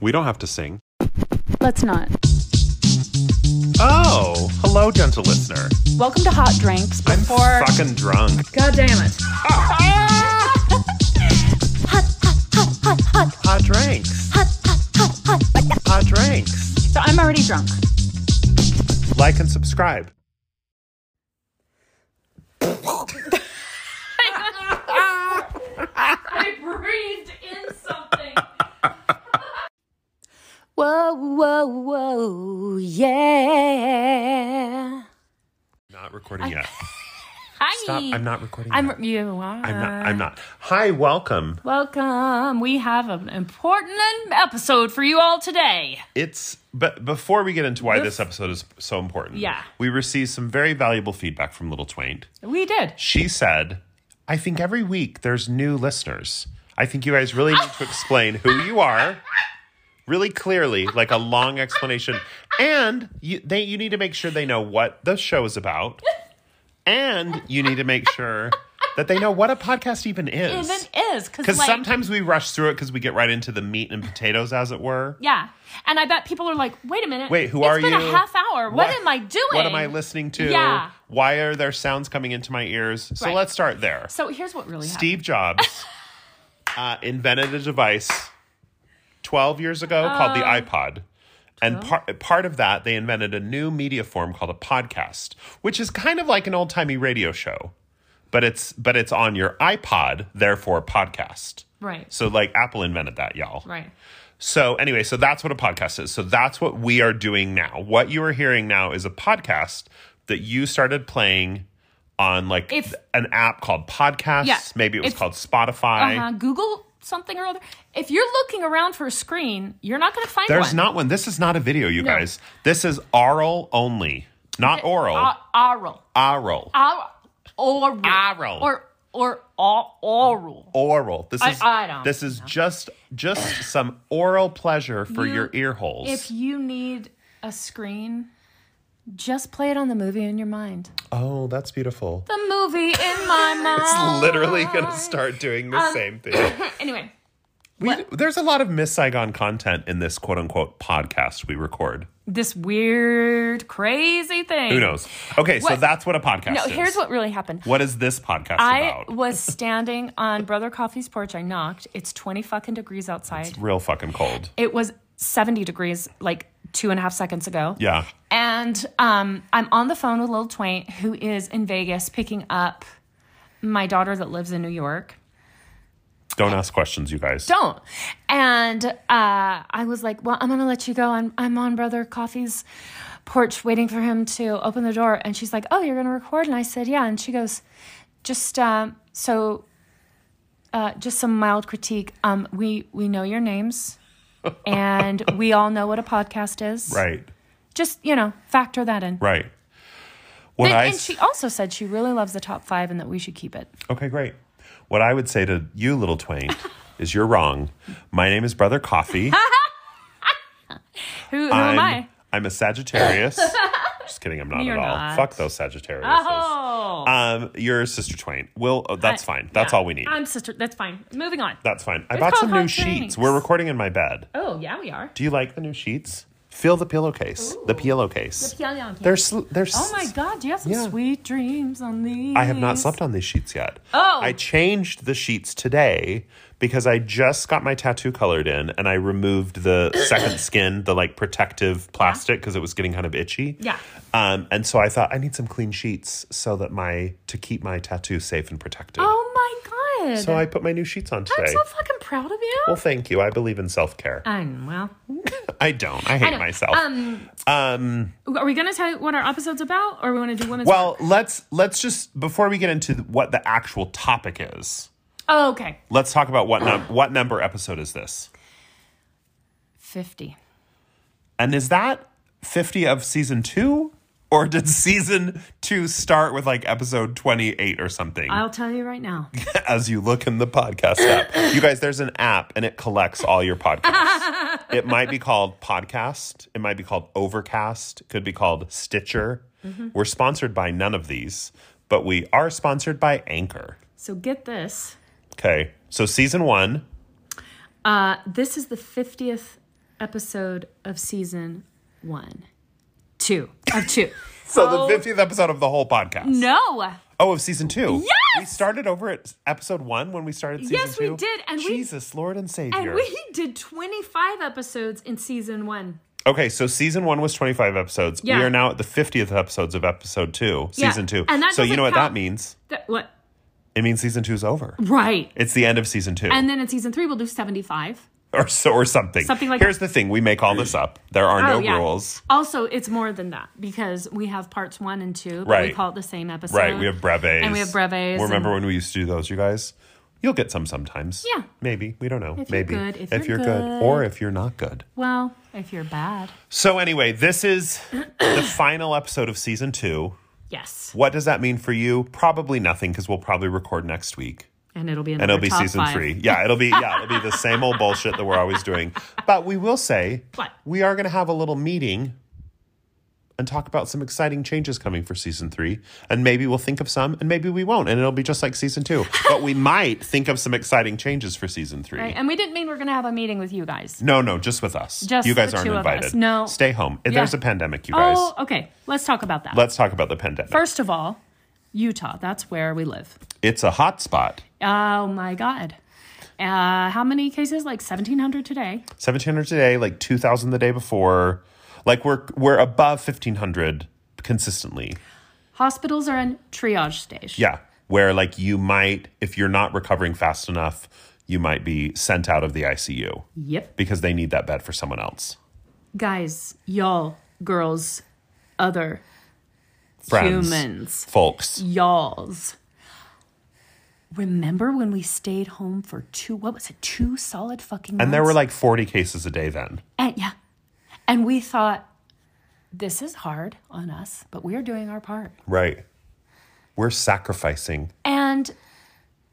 We don't have to sing. Let's not. Oh, hello, gentle listener. Welcome to Hot Drinks. I'm Before fucking drunk. God damn it. Hot drinks. Hot drinks. so I'm already drunk. Like and subscribe. I breathed in something. Whoa, whoa, whoa, yeah. Not recording yet. Hi. Stop. I'm not recording yet. I'm you are. I'm not. I'm not. Hi, welcome. Welcome. Um, We have an important episode for you all today. It's but before we get into why Bef- this episode is so important. Yeah. We received some very valuable feedback from Little Twain. We did. She said, "I think every week there's new listeners. I think you guys really need to explain who you are." Really clearly, like a long explanation, and you they you need to make sure they know what the show is about, and you need to make sure that they know what a podcast even is. Even is because Because like, sometimes we rush through it because we get right into the meat and potatoes, as it were. yeah, and I bet people are like, wait a minute. Wait, who it's are been you? a half hour. What, am I doing? What am I listening to? Yeah. Why are there sounds coming into my ears? So Right. let's start there. So here's what really happened. Steve Jobs uh, invented a device 12 years ago called Oh. the iPod. And par- part of that, they invented a new media form called a podcast, which is kind of like an old timey radio show, but it's but it's on your iPod, therefore podcast. Right. So like Apple invented that, y'all. Right. So, anyway, so that's what a podcast is. So, that's what we are doing now. What you are hearing now is a podcast that you started playing on like If- an app called Podcasts. Yeah. Maybe it was If- called Uh Spotify. huh. Google something or other. If you're looking around for a screen, you're not going to find There's one. not one. This is not a video, you No. guys. This is oral only, not oral. Uh, oral. oral. Oral. Oral. Oral. Or or all oral. oral. This I- is I don't this is just just some oral pleasure for You- your ear holes. If you need a screen, just play it on the movie in your mind. oh, that's beautiful. The movie in my mind. It's literally going to start doing Uh, the same thing. Anyway, We, there's a lot of Miss Saigon content in this quote unquote podcast we record. this weird, crazy thing. Who knows? Okay, so What- that's what a podcast No, is. here's what really happened. What is this podcast I about? was standing on Brother Coffee's porch. I knocked. It's 20 fucking degrees outside. Real fucking cold. It was 70 degrees like two and a half seconds ago. Yeah. And um, I'm on the phone with Lil Twain, who is in Vegas picking up my daughter that lives in New York. Don't ask questions, you guys. don't. And uh, I was like, well, I'm going to let you go. I'm, I'm on Brother Coffee's porch waiting for him to open the door. And she's like, oh, you're going to record? And I said, yeah. And she goes, just um, so, uh, just some mild critique. Um, we, we know your names and we all know what a podcast is. Right. Just, you know, factor that in. Right. What And, I and she also said she really loves the top five and that we should keep it. Okay, great. What I would say to you, little Twain, is you're wrong. My name is Brother Coffee. Who, who I'm, am I? I'm a Sagittarius. Just kidding, I'm not You're at all. not. Fuck those Sagittarius. Oh. Um, you're Sister Twain. Will oh, that's fine. That's Yeah. all we need. I'm sister. That's fine. Moving on. That's fine. I It's bought some called new hot sheets. drinks. We're recording in my bed. Oh, yeah, we are. Do you like the new sheets? Feel the pillowcase. The pillowcase. They're sl- they're. oh my God, do you have some Yeah. sweet dreams on these? I have not slept on these sheets yet. Oh. I changed the sheets today because I just got my tattoo colored in and I removed the second skin, the like protective plastic because it was getting kind of itchy. Yeah. Um, and so I thought I need some clean sheets so that my to keep my tattoo safe and protected. Oh my God. So I put my new sheets on am today. so fucking proud of you. well, thank you. I believe in self care. I'm well. I don't. I hate Anyway, myself. Um, are we going to tell you what our episode's about or we want to do women's? well, let's let's just before we get into what the actual topic is, oh, okay. let's talk about what num- what number episode is this, 50. and is that fifty of season two, or did season two start with like episode twenty eight or something? I'll tell you right now. as you look in the podcast app, you guys, there's an app and it collects all your podcasts. it might be called Podcast. It might be called Overcast. It could be called Stitcher. We're sponsored by none of these, but we are sponsored by Anchor. So get this. Okay. So season one, Uh, this is the 50th episode of season one, two of two. So Oh. the 50th episode of the whole podcast. no, Oh, of season two. Yes! We started over at episode one when we started season Yes, two. we did, and we- Jesus, Lord and Savior. and we did twenty five episodes in season one. Okay, so season one was 25 episodes. Yeah. We are now at the 50th episodes of episode two, Yeah, season two. and that so you doesn't know what that count. means? That what? It means season two is over. Right. It's the end of season two, And then in season three, we'll do seventy five. or so, or something. Something like- Oh, Here's the thing: we make all this up. There are no rules. Also, it's more than that because we have parts one and two. But We Right. call it the same episode. Right, we have brevets. And we have brevets. Well, remember and- when we used to do those, you guys? You'll get some sometimes. Yeah. Maybe. We don't know. If you're Maybe. good, if if you're you're good. good. Or if you're not good. well, if you're bad. So, anyway, this is the final episode of season two. Yes. What does that mean for you? Probably nothing because we'll probably record next week. And it'll be And another it'll be top season five. three. Yeah, it'll be yeah, it'll be the same old bullshit that we're always doing. But we will say What? we are gonna have a little meeting and talk about some exciting changes coming for season three. And maybe we'll think of some and maybe we won't. And it'll be just like season two. But we might think of some exciting changes for season three. Right? And we didn't mean we're going to have a meeting with you guys. No, no, just with us. Just you guys the aren't two of us. invited. No. Stay home. Yeah. There's a pandemic, you guys. Oh, okay. Let's talk about that. Let's talk about the pandemic. First of all, Utah. That's where we live. it's a hot spot. Oh my God. Uh, how many cases? Like 1,700 today. Seventeen hundred today, like two thousand the day before. Like we're we're above fifteen hundred consistently. Hospitals are in triage stage. Yeah, where like you might, if you're not recovering fast enough, you might be sent out of the ICU Yep. because they need that bed for someone else. Guys, y'all, girls, other Friends, Humans. folks. y'alls. Remember when we stayed home for two? What was it? Two solid fucking. And there months? were like forty cases a day then. And, yeah. And we thought, this is hard on us, but we're doing our part. Right. We're sacrificing. And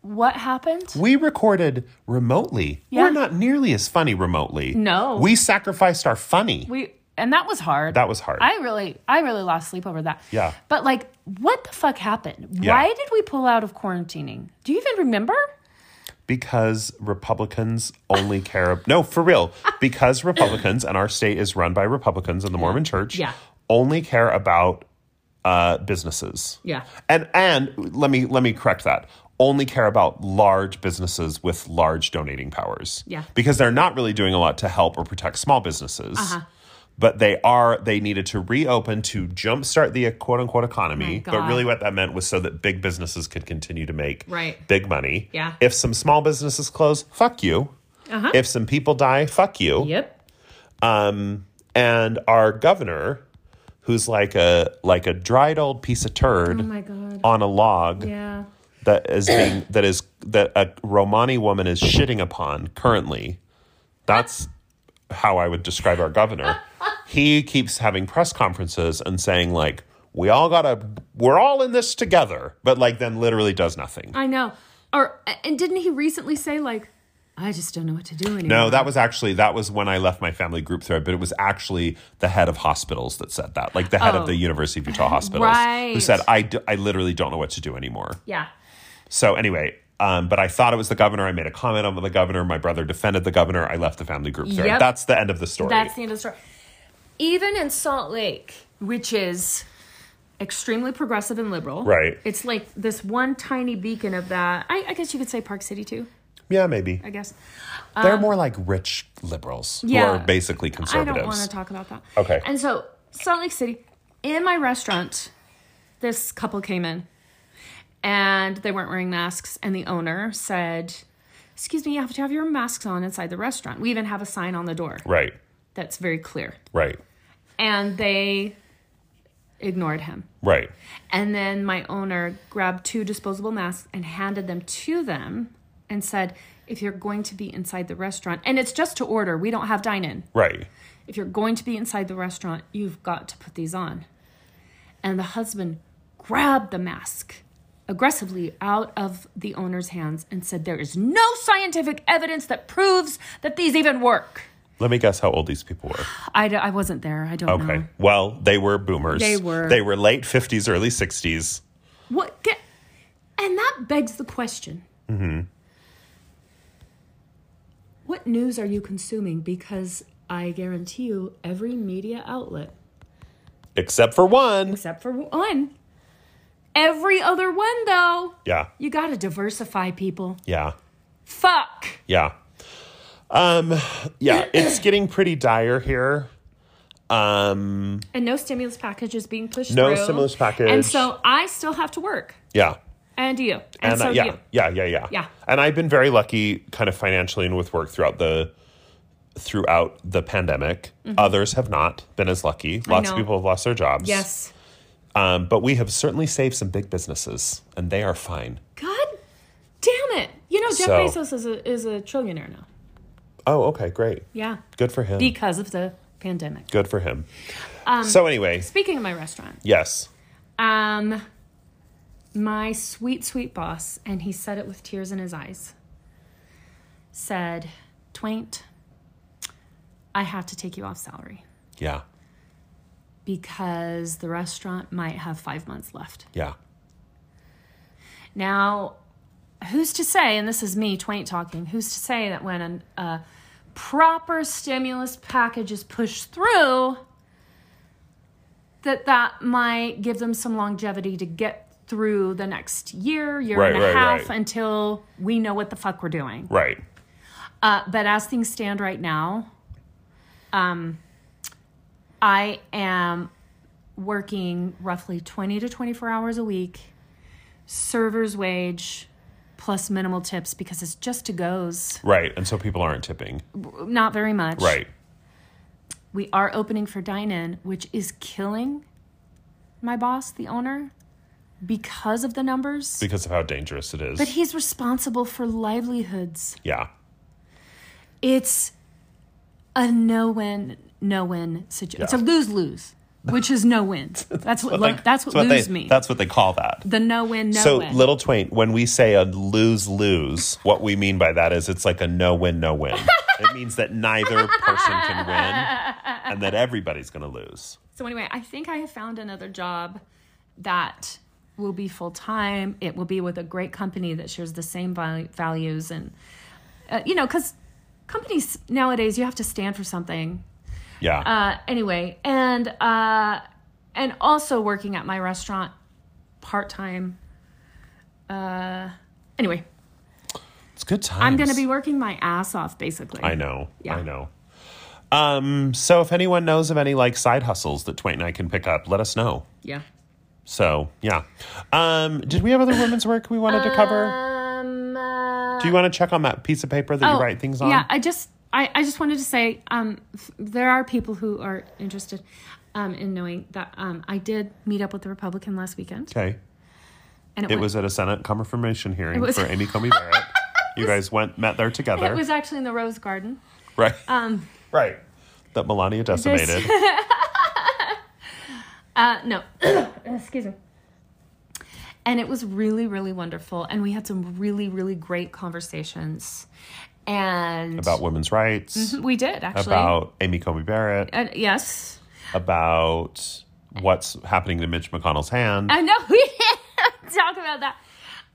what happened? We recorded remotely. Yeah. We're not nearly as funny remotely. No. We sacrificed our funny. We and that was hard. That was hard. I really, I really lost sleep over that. Yeah. But like, what the fuck happened? Yeah. Why did we pull out of quarantining? Do you even remember? because Republicans only care. ab- No, for real. Because Republicans and our state is run by Republicans in the Mormon Church. Yeah. Only care about uh, businesses. Yeah. And and let me let me correct that. Only care about large businesses with large donating powers. Yeah. Because they're not really doing a lot to help or protect small businesses. Uh-huh. But they are, they needed to reopen to jumpstart the quote unquote economy. Oh My But God. really, what that meant was so that big businesses could continue to make Right. big money. Yeah. If some small businesses close, fuck you. If some people die, fuck you. Uh-huh. Yep. Um, and our governor, who's like a like a dried old piece of turd Oh my God. on a log Yeah. that is being that is that a Romani woman is shitting upon currently. That's how I would describe our governor. He keeps having press conferences and saying like, "We all gotta, we're all in this together," but like then literally does nothing. I know. Or and didn't he recently say like, I just don't know what to do anymore? No, that was actually that was when I left my family group thread, but it was actually the head of hospitals that said that, like the head Oh. of the University of Utah Hospitals, Right. who said, I, d- "I literally don't know what to do anymore." Yeah. So anyway, um, but I thought it was the governor. I made a comment on the governor. My brother defended the governor. I left the family group thread. Yep. That's the end of the story. That's the end of the story. Even in Salt Lake, which is extremely progressive and liberal, Right. It's like this one tiny beacon of that. I, I guess you could say Park City too. yeah, maybe I guess they're more like rich liberals Um, yeah. who are basically I don't want conservatives. to talk about that. Okay. And so Salt Lake City, in my restaurant, this couple came in, and they weren't wearing masks, and the owner said. Excuse me, you have to have your masks on inside the restaurant. We even have a sign on the door right, that's very clear. right, and they ignored him. right. And then my owner grabbed two disposable masks and handed them to them and said, if you're going to be inside the restaurant, and it's just to order, we don't have dine in. Right. If you're going to be inside the restaurant, you've got to put these on. And the husband grabbed the mask aggressively out of the owner's hands and said, There is no scientific evidence that proves that these even work. Let me guess how old these people were. I, d- I wasn't there. I don't Okay. know. Well, they were boomers. Mm-hmm. They were. They were late 50s, early 60s. What? Get, and that begs the question. What news are you consuming? Because I guarantee you, every media outlet, Except for one. except for one, every other one though, Yeah. you got to diversify people. Yeah. Fuck. Yeah. Um, yeah, it's getting pretty dire here. Um, And no stimulus package is being pushed No through. stimulus package. And so I still have to work. yeah. And you. And, And so uh, do yeah, you. yeah, yeah, yeah. Yeah. And I've been very lucky kind of financially and with work throughout the throughout the pandemic. Others have not been as lucky. Lots of Mm-hmm. know. people have lost their jobs. Yes. Um, but we have certainly saved some big businesses and they are fine. God damn it. You know, Jeff So- Bezos is a, is a trillionaire now. Oh, okay, great. Yeah. Good for him. Because of the pandemic. Good for him. Um, so anyway, Speaking of my restaurant, yes. um, my sweet, sweet boss, and he said it with tears in his eyes, said, Twaint, I have to take you off salary Yeah. because the restaurant might have five months left. Yeah. Now, who's to say, and this is me, Twain talking, who's to say that when an, a proper stimulus package is pushed through, that that might give them some longevity to get through the next year, year Right, and a right, half right. until we know what the fuck we're doing. Right. Uh, but as things stand right now, um, I am working roughly 20 to 24 hours a week, server's wage plus minimal tips because it's just to goes, Right. And so people aren't tipping. not very much. Right. We are opening for dine in, which is killing my boss, the owner, because of the numbers. Because of how dangerous it is. But he's responsible for livelihoods. yeah. it's a no win, no win situation. It's a Yeah. lose lose, which is no win. That's what lo- Like, that's what lose means. That's what they call that. the no win, no so, win. little Twain, when we say a lose lose, what we mean by that is it's like a no win, no win. it means that neither person can win and that everybody's going to lose. so anyway, I think I have found another job that will be full time. It will be with a great company that shares the same val- values and uh, you know because companies nowadays you have to stand for something Yeah. uh, anyway, and uh, and also working at my restaurant part time. Uh, anyway, it's good times. I'm gonna be working my ass off basically. I know. Yeah. I know. Um, so if anyone knows of any like side hustles that Twain and I can pick up, let us know. Yeah. So yeah. Um, did we have other women's work we wanted to cover? Um. Uh, Oh, Do you want to check on that piece of paper that you write things on? Yeah, I just I, I just wanted to say um, f- there are people who are interested um, in knowing that um, I did meet up with the Republican last weekend, Okay. and it, It went- was at a Senate confirmation hearing was- for Amy Comey Barrett. you guys went met there together, it was actually in the Rose Garden. right? Um, right. That Melania decimated. Uh, no, excuse me. And it was really, really wonderful. And we had some really, really great conversations. And about women's rights, we did Mm-hmm. actually. about Amy Comey Barrett, and yes, about what's happening to Mitch McConnell's hand. I know we didn't talk about that.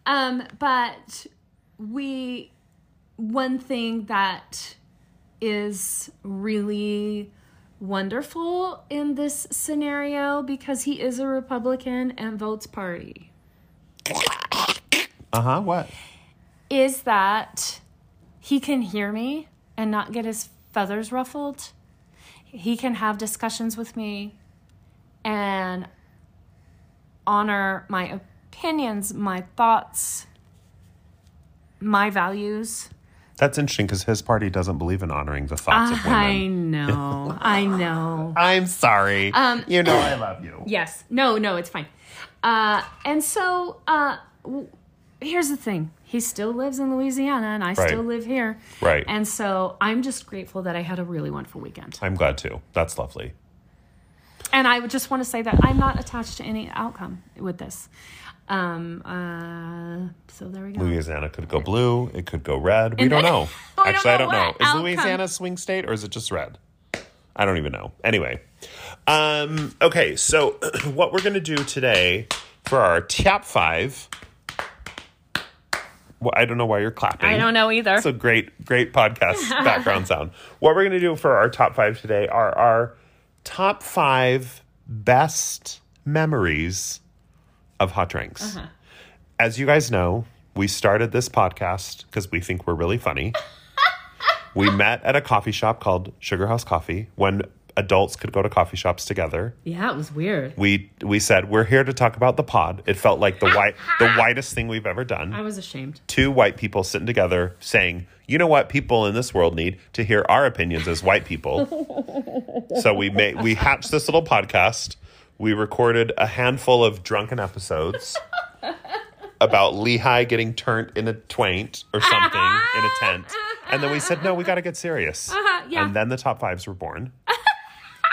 Um, but we, one thing that is really wonderful in this scenario because he is a Republican and votes party. Uh huh. What? is that he can hear me and not get his feathers ruffled. He can have discussions with me and honor my opinions, my thoughts, my values. That's interesting because his party doesn't believe in honoring the thoughts of I women. know. I know. I'm sorry. Um, you know I love you. Yes. No, no, it's fine. Uh, and so uh, w- here's the thing he still lives in Louisiana and I still Right. live here. Right. And so I'm just grateful that I had a really wonderful weekend. I'm glad too. That's lovely. And I would just want to say that I'm not attached to any outcome with this. Um, uh, so there we go. Louisiana could go blue. It could go red. We don't know. We don't Actually, I know don't know. what Is outcome- Louisiana a swing state or is it just red? I don't even know. Anyway, um, okay. So what we're gonna do today for our top five Well, I don't know why you're clapping. I don't know either. It's a great, great podcast background sound. What we're going to do for our top five today are our top five best memories of hot drinks. As you guys know, we started this podcast because we think we're really funny. we met at a coffee shop called Sugar House Coffee when adults could go to coffee shops together yeah, it was weird. we we said we're here to talk about the pod. It felt like the white the whitest thing we've ever I done. was ashamed. Two white people sitting together saying, "You know what? People in this world need to hear our opinions as white people." so we made we hatched this little podcast. We recorded a handful of drunken episodes about Lehigh getting turned in a twaint or something in a tent. And then we said, "No, we got to get serious." Uh-huh. yeah. And then the top fives were born.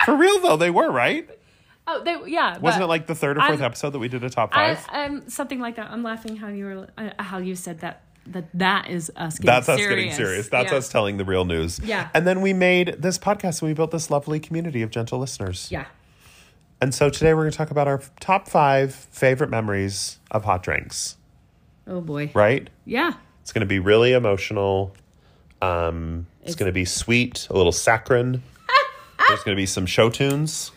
For real though, they were, right? Oh, they yeah. Wasn't but it like the third or 4th I'm- episode that we did a top I, five? I'm something like that? I'm laughing how you were uh, how you said that that that is us getting That's us serious. getting serious. That's yeah. us telling the real news. Yeah. And then we made this podcast and we built this lovely community of gentle listeners. Yeah. And so today we're going to talk about our top five favorite memories of hot drinks, Oh boy. right? Yeah. It's going to be really emotional. Um, it's, going to be sweet, a little saccharine. There's going to be some show tunes.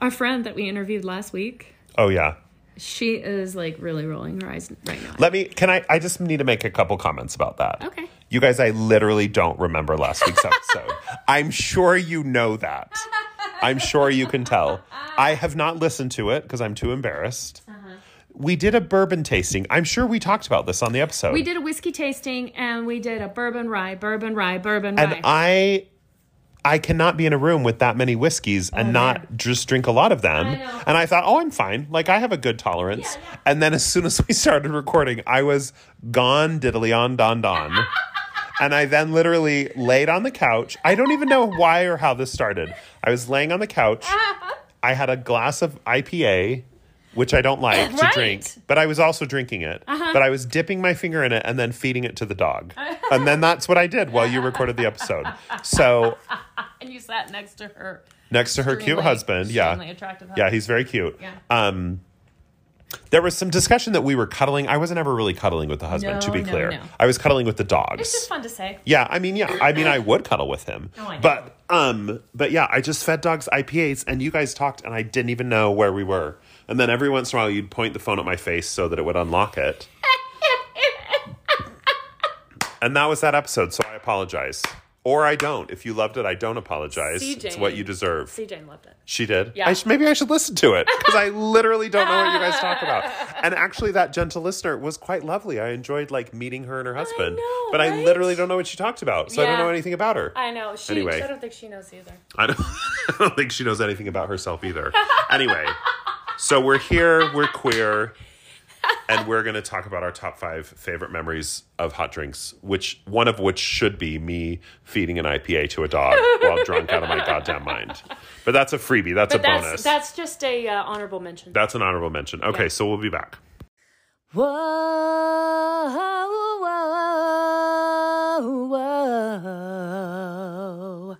Our friend that we interviewed last week, Oh, yeah. she is like really rolling her eyes right now. Let me, can I, I just need to make a couple comments about that. Okay. You guys, I literally don't remember last week's episode. I'm sure you know that. I'm sure you can tell. I have not listened to it because I'm too embarrassed. We did a bourbon tasting. I'm sure we talked about this on the episode. We did a whiskey tasting and we did a bourbon rye, bourbon rye, bourbon And rye. I I cannot be in a room with that many whiskeys and not just drink a lot of them. Oh, I know. And I thought, "Oh, I'm fine. Like I have a good tolerance." Yeah, yeah. And then as soon as we started recording, I was gone diddly on don don. and I then literally laid on the couch. I don't even know why or how this started. I was laying on the couch. Ah. I had a glass of IPA, which I don't like to Right. Uh-huh. drink, but I was also drinking it. But I was dipping my finger in it and then feeding it to the dog. and then that's what I did while you recorded the episode. So and you sat next to her. next to her cute Extremely- husband, yeah, extremely attractive yeah, husband. he's very cute. Yeah. Um, there was some discussion that we were cuddling. I wasn't ever really cuddling with the husband, to No, be no, clear. no. I was cuddling with the dogs. It's just fun to say. Yeah, I mean, yeah, I mean, I would cuddle with him, Oh, I know. but um, but yeah, I just fed dogs IPAs, and you guys talked, and I didn't even know where we were. And then every once in a while, you'd point the phone at my face so that it would unlock it, and that was that episode. So I apologize, or I don't. If you loved it, I don't apologize. See, It's what you Jane. deserve. See, Jane loved it. She did. Yeah. I sh- maybe I should listen to it because I literally don't know what you guys talk about. And actually, that gentle listener was quite lovely. I enjoyed like meeting her and her husband, know, but I right? literally don't know what she talked about, so I don't Yeah. know anything about her. I know. She, Anyway. I don't think she knows either. I don't, I don't think she knows anything about herself either. Anyway, so we're here, we're queer, and we're going to talk about our top five favorite memories of hot drinks, which one of which should be me feeding an IPA to a dog while drunk out of my goddamn mind. But that's a freebie. That's a But that's bonus. that's just a uh, honorable mention. That's an honorable mention. Okay, Yeah. so we'll be back. Whoa, whoa.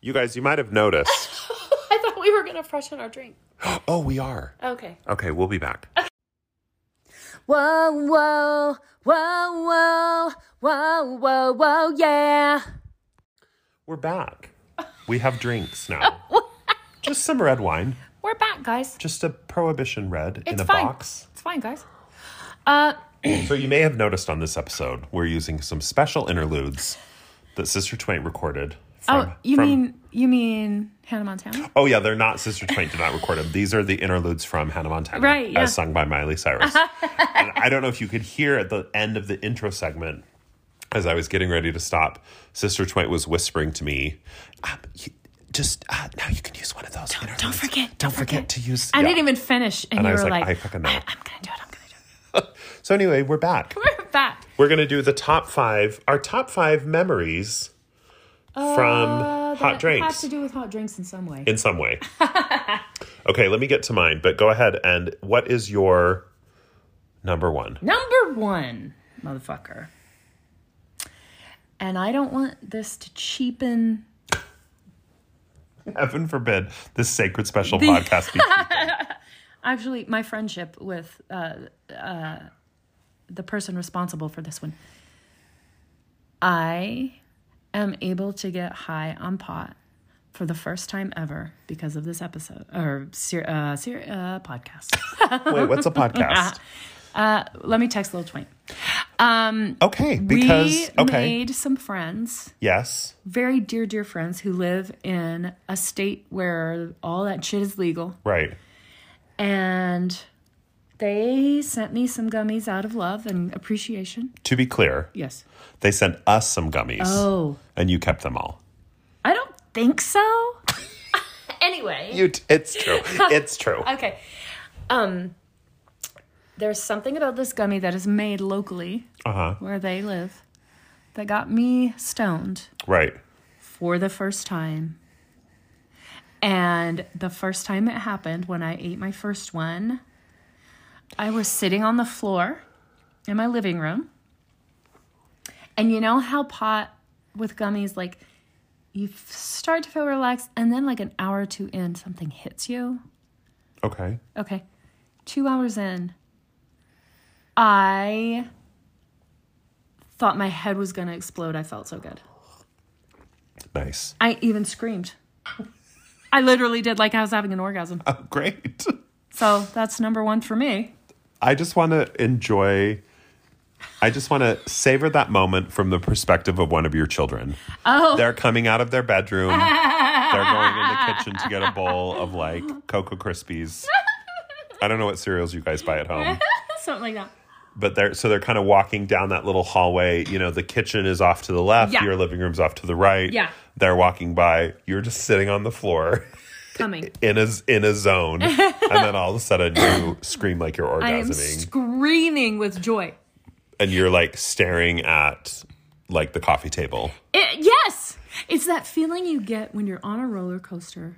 You guys, you might have noticed. I thought we were gonna freshen our drink. oh, we are. Okay. Okay, we'll be back. Whoa, whoa, whoa, whoa, whoa, whoa, whoa, yeah. We're back. We have drinks now. Just some red wine, We're back, guys. just a prohibition red in It's a fine. box. It's fine, guys. Uh, So you may have noticed on this episode, we're using some special interludes that Sister Twain recorded. From, oh, you from- mean you mean Hannah Montana? Oh yeah, they're not Sister Twain did not record them. These are the interludes from Hannah Montana, Right, yeah. As sung by Miley Cyrus. and I don't know if you could hear at the end of the intro segment, as I was getting ready to stop, Sister Twain was whispering to me, um, you, "Just uh, now, you can use one of those. Don't, Don't forget. Don't forget to use." I yeah. didn't even finish, and, And you I was were like, like, I fucking know. I, am gonna do it. I'm gonna do So anyway, we're back. it. We're back. We're gonna do the top five, our top five memories from hot drinks. Uh, Has to do with hot drinks in some way. in some way. okay, let me get to mine, but go ahead and what is your number one? Number one, motherfucker. And I don't want this to cheapen. Heaven forbid this sacred special podcast. Be- Actually, my friendship with uh, uh, the person responsible for this one. I am able to get high on pot for the first time ever because of this episode or ser- uh, ser- uh, podcast. Wait, what's a podcast? Uh, let me text Lil Twain. Okay, because we okay, made some friends, yes, very dear, dear friends who live in a state where all that shit is legal. right. And they sent me some gummies out of love and appreciation. To be clear, Yes. they sent us some gummies, Oh, and you kept them all. I don't think so. anyway. You, t- it's true. It's true. Okay. Um there's something about this gummy that is made locally Uh huh. where they live that got me stoned Right. for the first time. And the first time it happened when I ate my first one, I was sitting on the floor in my living room. And you know how pot with gummies like you f- start to feel relaxed and then like an hour or two in something hits you? Okay. Okay. Two hours in, I thought my head was going to explode. I felt so good. Nice. I even screamed. I literally did like I was having an orgasm. Oh, great. So that's number one for me. I just want to enjoy. I just want to savor that moment from the perspective of one of your children. Oh. They're coming out of their bedroom. They're going in the kitchen to get a bowl of like Cocoa Krispies. I don't know what cereals you guys buy at home. Something like that. but they're so they're kind of walking down that little hallway. You know, the kitchen is off to the left, Yeah. your living room's off to the right. Yeah. they're walking by. You're just sitting on the floor Coming. in a in a zone, and then all of a sudden you scream like you're I am orgasming, screaming with joy. and you're like staring at like the coffee table. It, yes, it's that feeling you get when you're on a roller coaster,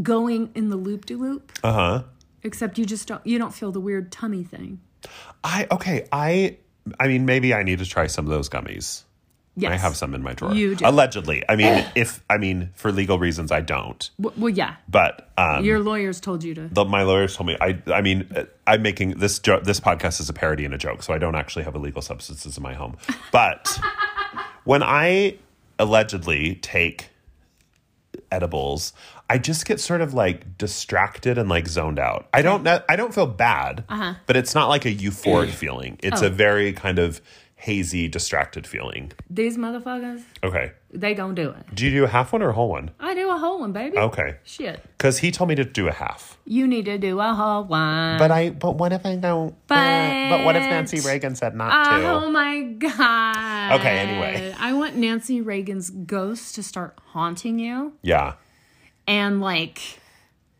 going in the loop de loop. Uh huh. Uh-huh. Except you just don't you don't feel the weird tummy thing. I okay. I I mean, maybe I need to try some of those gummies. Yes. I have some in my drawer. You do. Allegedly, I mean, if I mean for legal reasons, I don't. W- well, yeah. But um, Your lawyers told you to. the, my lawyers told me I I mean uh, I'm making this joke this podcast is a parody and a joke so I don't actually have illegal substances in my home but when I allegedly take edibles I just get sort of like distracted and like zoned out I don't know I don't feel bad but it's not like a euphoric feeling it's a very kind of hazy distracted feeling These motherfuckers, okay they gonna do it. do you do a half one or a whole one I do a whole one, baby. okay Shit. because he told me to do a half You need to do a whole one. But I. But what if I don't? uh, but what if But- Nancy Reagan said not Oh to? my god. Okay, anyway. I want Nancy Reagan's ghost to start haunting you Yeah. and like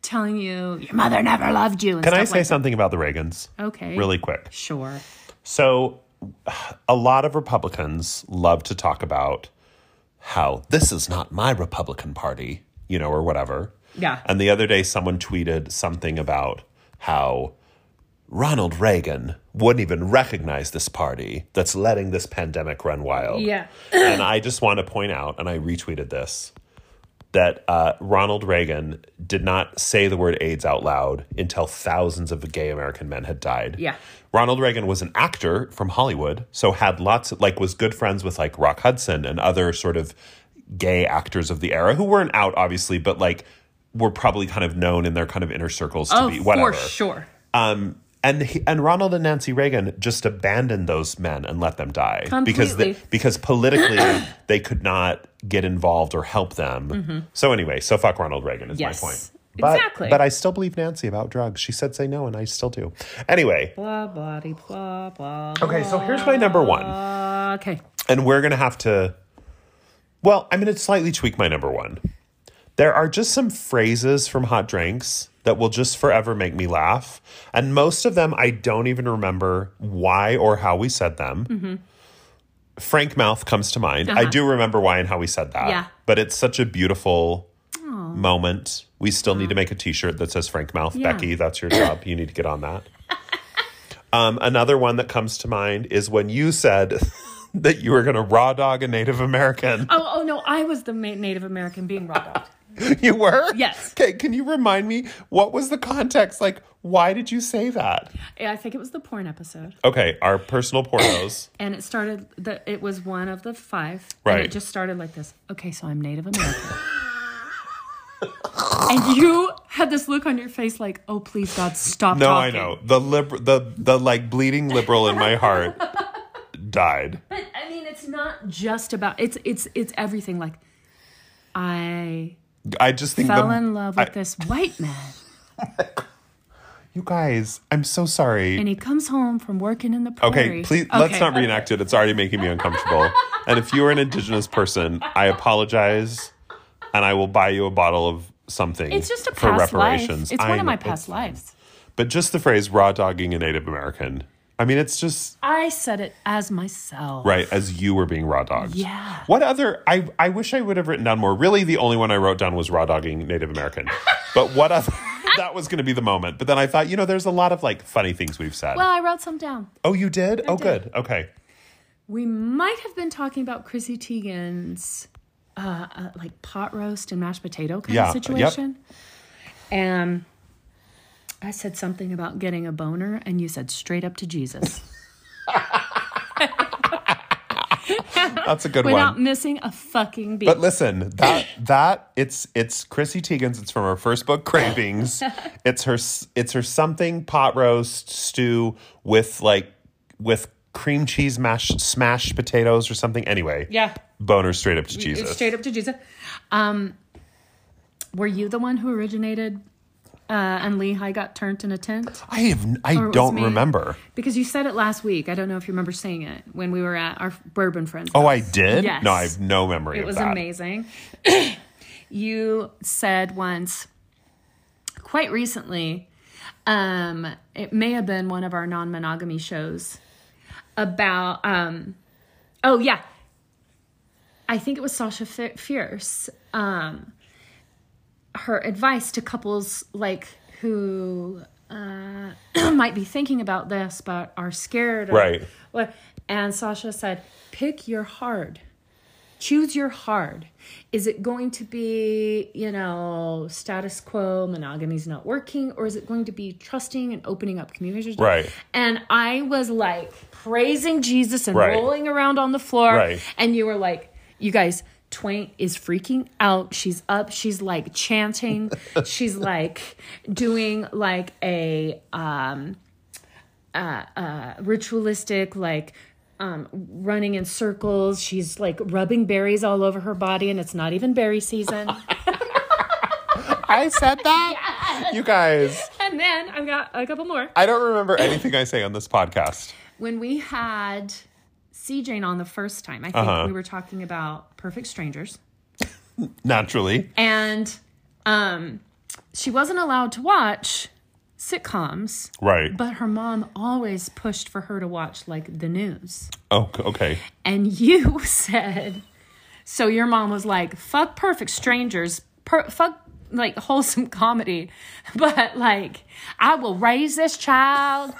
telling you your mother never loved you and Can I stuff say like something about the Reagans? that. Okay. Really quick. Sure. So, a lot of Republicans love to talk about how this is not my Republican Party, you know, or whatever. Yeah. And the other day, someone tweeted something about how Ronald Reagan wouldn't even recognize this party that's letting this pandemic run wild. Yeah. and I just want to point out, and I retweeted this, that uh, Ronald Reagan did not say the word AIDS out loud until thousands of gay American men had died. Yeah. Ronald Reagan was an actor from Hollywood, so had lots of, like, was good friends with, like, Rock Hudson and other sort of gay actors of the era who weren't out, obviously, but, like, were probably kind of known in their kind of inner circles to Oh, be whatever. for sure. Um, and he, and Ronald and Nancy Reagan just abandoned those men and let them die because they, Completely. because politically they could not get involved or help them. So anyway, so fuck Ronald Reagan is Mm-hmm. Yes. my point. But, Exactly. But I still believe Nancy about drugs. She said say no, and I still do. Anyway, Blah blah de, blah blah. okay. So here's my number one, blah. Oh. Okay. and we're gonna have to. Well, I'm gonna slightly tweak my number one. There are just some phrases from hot drinks that will just forever make me laugh. And most of them, I don't even remember why or how we said them. Frank Mouth comes to mind. I do remember why and how we said that. Yeah. But it's such a beautiful moment. We still need to make a t shirt that says Frank Mouth. Yeah. Becky, that's your job. You need to get on that. Um, another one that comes to mind is when you said that you were going to raw dog a Native American. Oh, oh no, I was the ma- Native American being robbed. out. You were? Uh, Yes. Okay, can you remind me what was the context? Like, why did you say that? Yeah, I think it was the porn episode, Okay, our personal pornos. and it started. The it was one of the five. And Right. it just started like this. Okay, so I'm Native American. and you had this look on your face, like, "Oh, please, God, stop." No, I talking. know. The liber- the the like bleeding liberal in my heart died. But I mean, it's not just about. It's it's it's everything. Like, I I just think fell the- in love I- with this white man, you guys, I'm so sorry. and he comes home from working in the prairie. Okay, please let's Okay. uh, not reenact it. It's already making me uncomfortable. and if you're an indigenous person, I apologize and I will buy you a bottle of something It's just a for past life. reparations. It's one I of my know, past lives. But just the phrase raw dogging a Native American. I mean, it's just I said it as myself. Right, as you were being raw dogged. Yeah. What other? I I wish I would have written down more. Really, the only one I wrote down was raw dogging Native American. but what other? that was going to be the moment. But then I thought, you know, there's a lot of like funny things we've said. Well, I wrote some down. oh, you did? oh, did. good. Okay. We might have been talking about Chrissy Teigen's uh, uh, like pot roast and mashed potato kind Yeah, of yep. situation. And I said something about getting a boner, and you said straight up to Jesus That's a good without one. missing a fucking beat. But listen, that that it's it's Chrissy Teigen's. It's from her first book, Cravings. it's her s- it's her something pot roast stew with like with cream cheese mash smashed potatoes or something. Anyway, yeah, boner straight up to it's Jesus. straight up to Jesus. Um, were you the one who originated uh, and Lehi got turned in a tent? I have n- I Oh, was don't me. remember. Because you said it last week. I don't know if you remember saying it when we were at our bourbon friends. Oh, I did. Yes. No, I have no memory It of was that. amazing. you said once, quite recently, um, it may have been one of our non monogamy shows about, um, oh, yeah. I think it was Sasha Fi- Fierce. Um, her advice to couples like who uh, might be thinking about this but are scared. Or, Right. what- And Sasha said, pick your hard choose your hard. Is it going to be, you know, status quo, monogamy's not working, or is it going to be trusting and opening up communities? Right. And I was like praising Jesus and Right. rolling around on the floor. Right. And you were like, you guys, Twain is freaking out. She's up. She's like chanting. She's like doing like a um uh, uh ritualistic like um running in circles. She's like rubbing berries all over her body and it's not even berry season. I said that. You guys, and then I've got a couple more. I don't remember anything I say on this podcast. When we had C Jane on the first time, I think we were talking about perfect strangers. Naturally, and um, she wasn't allowed to watch sitcoms, right? but her mom always pushed for her to watch like the news. oh, c- okay. And you said, so your mom was like, "Fuck Perfect Strangers, per- fuck." Like wholesome comedy, but like, I will raise this child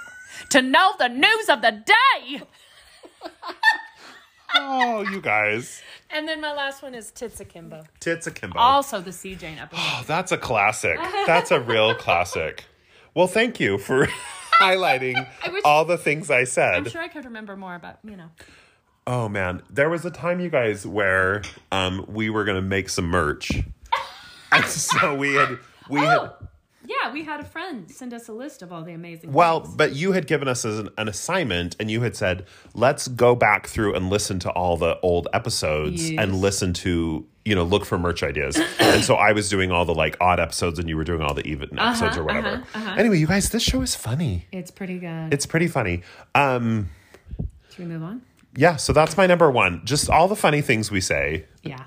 to know the news of the day. Oh, you guys, And then my last one is Tits Akimbo, tits akimbo. also the C. Jane episode. Oh, that's a classic. That's a real classic. Well, thank you for highlighting wish- all the things I said. I'm sure I could remember more, but you know. Oh man, there was a time you guys where um we were gonna make some merch, and so we had we had Oh, yeah, we had a friend send us a list of all the amazing. well, things. but you had given us as an, an assignment, and you had said let's go back through and listen to all the old episodes Yes. and listen to you know look for merch ideas, and so I was doing all the like odd episodes, and you were doing all the even Uh-huh, episodes or whatever. Anyway, you guys, this show is funny. it's pretty good. It's pretty funny. Um, Should we move on? yeah, so that's my number one. Just all the funny things we say, Yeah.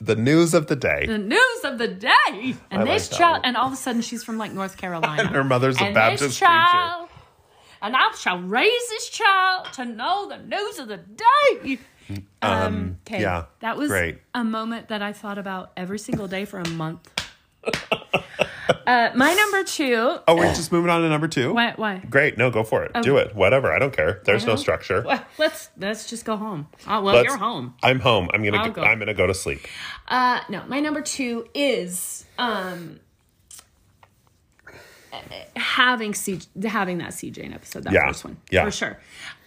the news of the day. The news of the day, and like this that child, one. and all of a sudden she's from like North Carolina. Her mother's a and Baptist this preacher. child, and I shall raise this child to know the news of the day. Um, 'kay. yeah, that was great. a moment that I thought about every single day for a month. Uh, my number two. Oh, we're just moving on to number two. Why? Why? Great. No, go for it. Do it. Whatever. I don't care. There's no structure. Well, let's let's just go home. Oh well, Let's- you're home. I'm home. I'm gonna. I'll Go, go. I'm gonna go to sleep. Uh, no, my number two is um, having C- having that C Jane episode, that Yeah. first one, Yeah. for sure.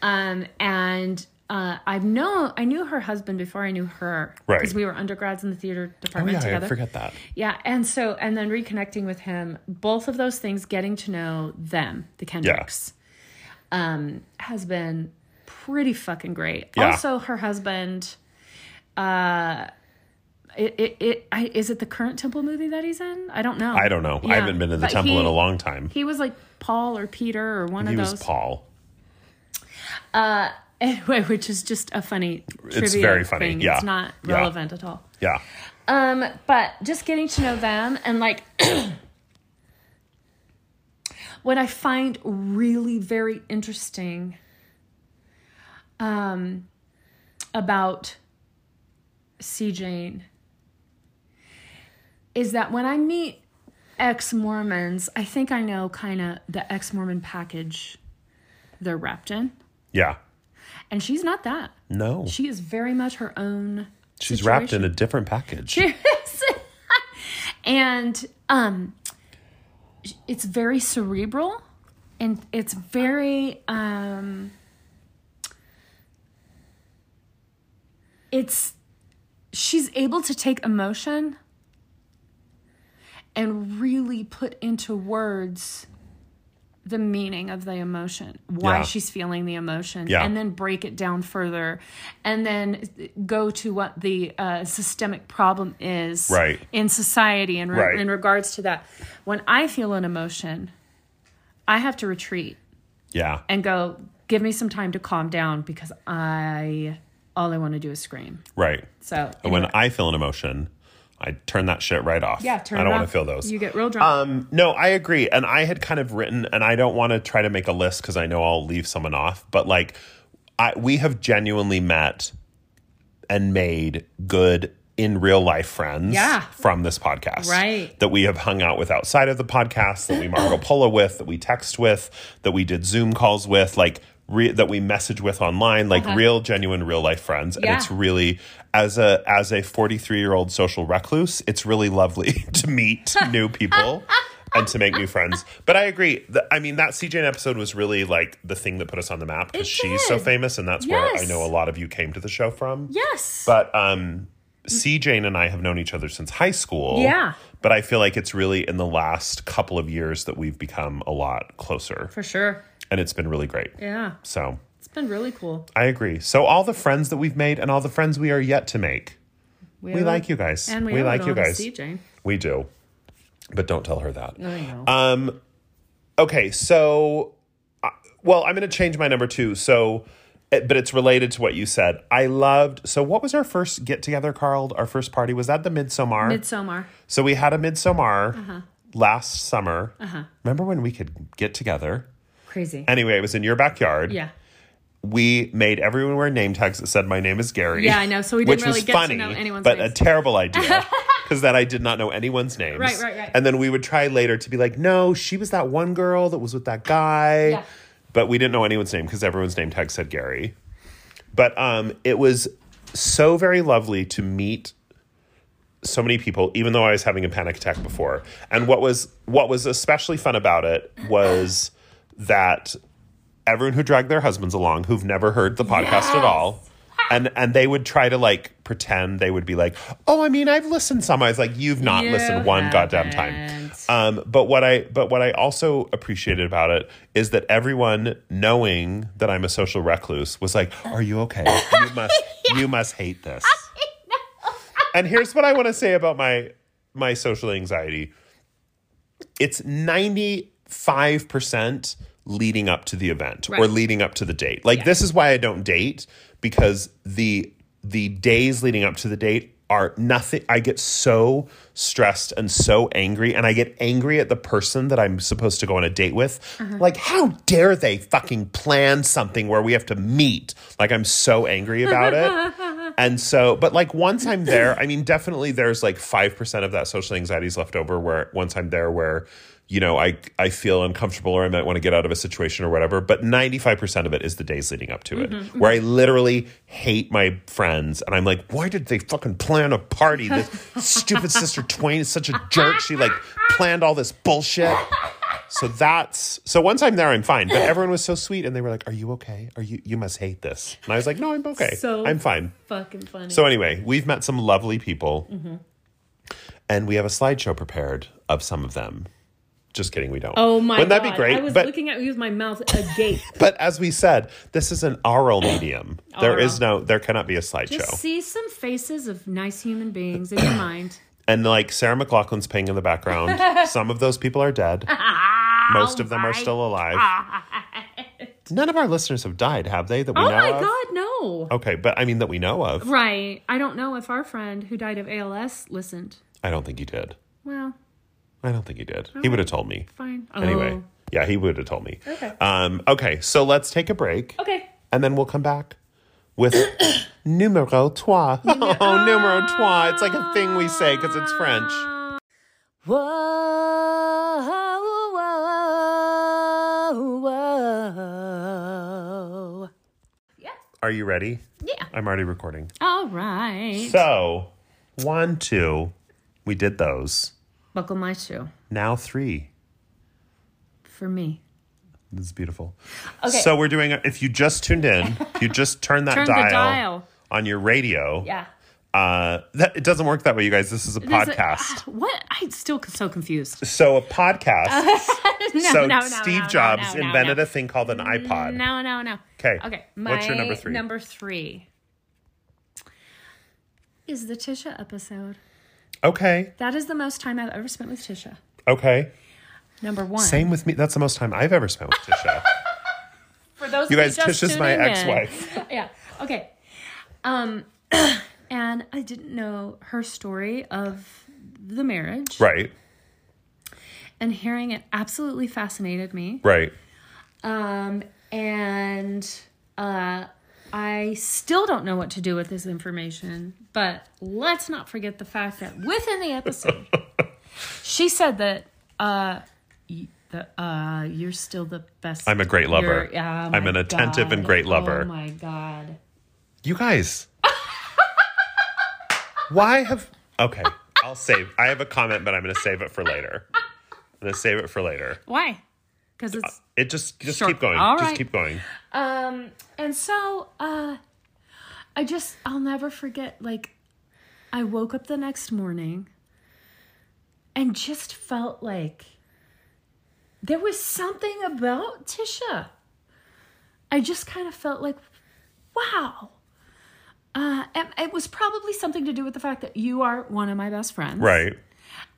Um, and uh, I've known I knew her husband before I knew her, Right. Because we were undergrads in the theater Oh department yeah, together. I forget that. Yeah, and so and then reconnecting with him, both of those things, getting to know them, the Kendricks, um, has been pretty fucking great. Yeah. Also, her husband, uh, it, it, it I, is it the current Temple movie that he's in? I don't know. I don't know. I Yeah, haven't been to the but temple in he- a long time. He was like Paul or Peter or one He of was those. Uh, Paul. Anyway, which is just a funny. It's trivia very funny, Thing. yeah, It's not yeah. relevant at all. Yeah. Um, but just getting to know them and like what I find really very interesting um about C Jane is that when I meet ex Mormons, I think I know kind of the ex Mormon package they're wrapped in. Yeah. And she's not that. No. She is very much her own. Hmm. She's wrapped in a different package. and um it's very cerebral and it's very um it's she's able to take emotion and really put into words the meaning of the emotion, why Yeah. she's feeling the emotion, Yeah. and then break it down further, and then go to what the uh, systemic problem is Right. in society in, re- Right. in regards to that. When I feel an emotion, I have to retreat yeah. and go, give me some time to calm down because I all I want to do is scream. Right. So And when I feel an emotion, I turn that shit right off. yeah, turn I don't it want off. to feel those. You get real drunk. Um, no, I agree. And I had kind of written, and I don't want to try to make a list because I know I'll leave someone off, but like, I, we have genuinely met and made good in real life friends Yeah. from this podcast. Right. That we have hung out with outside of the podcast, that we Marco Polo with, that we text with, that we did Zoom calls with, like, re- that we message with online like real genuine real life friends and Uh-huh. Yeah. it's really as a as a 43 year old social recluse it's really lovely to meet new people and to make new friends but i agree Th- i mean that cjn episode was really like the thing that put us on the map because It she's so did. famous and that's where i Yes. know a lot of you came to the show from yes. but um C Jane and I have known each other since high school. Yeah. But I feel like it's really in the last couple of years that we've become a lot closer. for sure. And it's been really great. Yeah. So It's been really cool. I agree. So all the friends that we've made and all the friends we are yet to make. We owe- like you guys. And we, we owe it like all you to guys. C Jane. We do. But don't tell her that. I know. Um, okay, so, uh, well, I'm going to change my number two. So, it- but it's related to what you said. I loved. So, what was our first get together, Carl? Our first party was that the Midsommar. Midsommar. so we had a Midsommar Uh-huh. last summer. Remember when we could get together? Crazy. Anyway, it was in your backyard. yeah. We made everyone wear name tags that said my name is Gary. Yeah, I know. So we didn't which really was get to funny, know anyone's but names. a terrible idea. Because then I did not know anyone's names. Right, right, right. And then we would try later to be like, no, she was that one girl that was with that guy. Yeah. But we didn't know anyone's name because everyone's name tag said Gary. But um, it was so very lovely to meet so many people, even though I was having a panic attack before. And what was what was especially fun about it was that everyone who dragged their husbands along who've never heard the podcast at all and and they would try to like pretend they would be like oh i mean i've listened some i was like you've not You listened one goddamn time haven't. um, but what i but what i also appreciated about it is that everyone knowing that i'm a social recluse was like are you okay you must you must hate this and here's what i want to say about my my social anxiety it's 95% leading up to the event or Right. leading up to the date. Like this is why I don't date because the the days leading up to the date are nothing I get so stressed and so angry and I get angry at the person that I'm supposed to go on a date with. Like how dare they fucking plan something where we have to meet? Like I'm so angry about it. and so, but like once I'm there, I mean, definitely there's like 5% of that social anxiety is left over where once I'm there, where, you know, I, I feel uncomfortable or I might want to get out of a situation or whatever. But 95% of it is the days leading up to it where I literally hate my friends. And I'm like, why did they fucking plan a party? This stupid sister Twain is such a jerk. She like planned all this bullshit. So that's so once I'm there, I'm fine. But everyone was so sweet and they were like, Are you okay? Are you you must hate this? And I was like, No, I'm okay. So I'm fine. Fucking funny. So anyway, we've met some lovely people, Mm-hmm. and we have a slideshow prepared of some of them. Just kidding, we don't. oh my Wouldn't god. that be great? I was but looking at you with my mouth agape. but as we said, this is an oral medium. There is no, there cannot be a Oh, Just slideshow. see some faces of nice human beings in your mind. And like Sarah McLaughlin's playing in the background. some of those people are dead. Most of them Oh are still alive. None of our listeners have died, have they? That we Oh know my of. god, no. Okay, but I mean that we know of. Right. I don't know if our friend who died of ALS listened. I don't think he did. Well, I don't think he did. He would have told me. fine. Anyway, Oh. yeah, he would have told me. Okay. Um, okay, so let's take a break Okay. and then we'll come back with numero trois. Oh, numero trois. It's like a thing we say because it's French. Whoa, whoa, whoa. Are you ready? Yeah. I'm already recording. All right. So, one, two, we did those. Buckle my shoe Now three. for me. This is beautiful. Okay. So, we're doing, if you just tuned in, if you just turn that Turn the dial, dial. on your radio. Yeah. Uh, that, it doesn't work that way, you guys. This is a There's a- ah, podcast. what? I'm still so confused. So a podcast. No, so no, no, Steve no, Jobs no, no, invented no. a thing called an iPod. No, no, no. 'Kay. Okay. My What's your number three? Number three is the Tisha episode. Okay. That is the most time I've ever spent with Tisha. Okay. Number one. Same with me. That's the most time I've ever spent with Tisha. For those You who guys, just Tisha's my tuned in. ex-wife. yeah. Okay. Um, and I didn't know her story of the marriage, right. and hearing it absolutely fascinated me. Right. Um, and uh, I still don't know what to do with this information, but let's not forget the fact that within the episode, she said that uh, y- the, uh, you're still the best. I'm a great lover. You're- oh I'm my an attentive and God. great lover. Oh my God. You guys. why have Okay. I'll save. I have a comment, but I'm going to save it for later. I'm going to save it for later. Why? Because it's. It just just Sure. keep going. All just right. keep going. Um, and so uh, I just, I'll never forget, like, I woke up the next morning and just felt like there was something about Tisha. I just kind of felt like, wow. Uh, and it was probably something to do with the fact that you are one of my best friends. Right.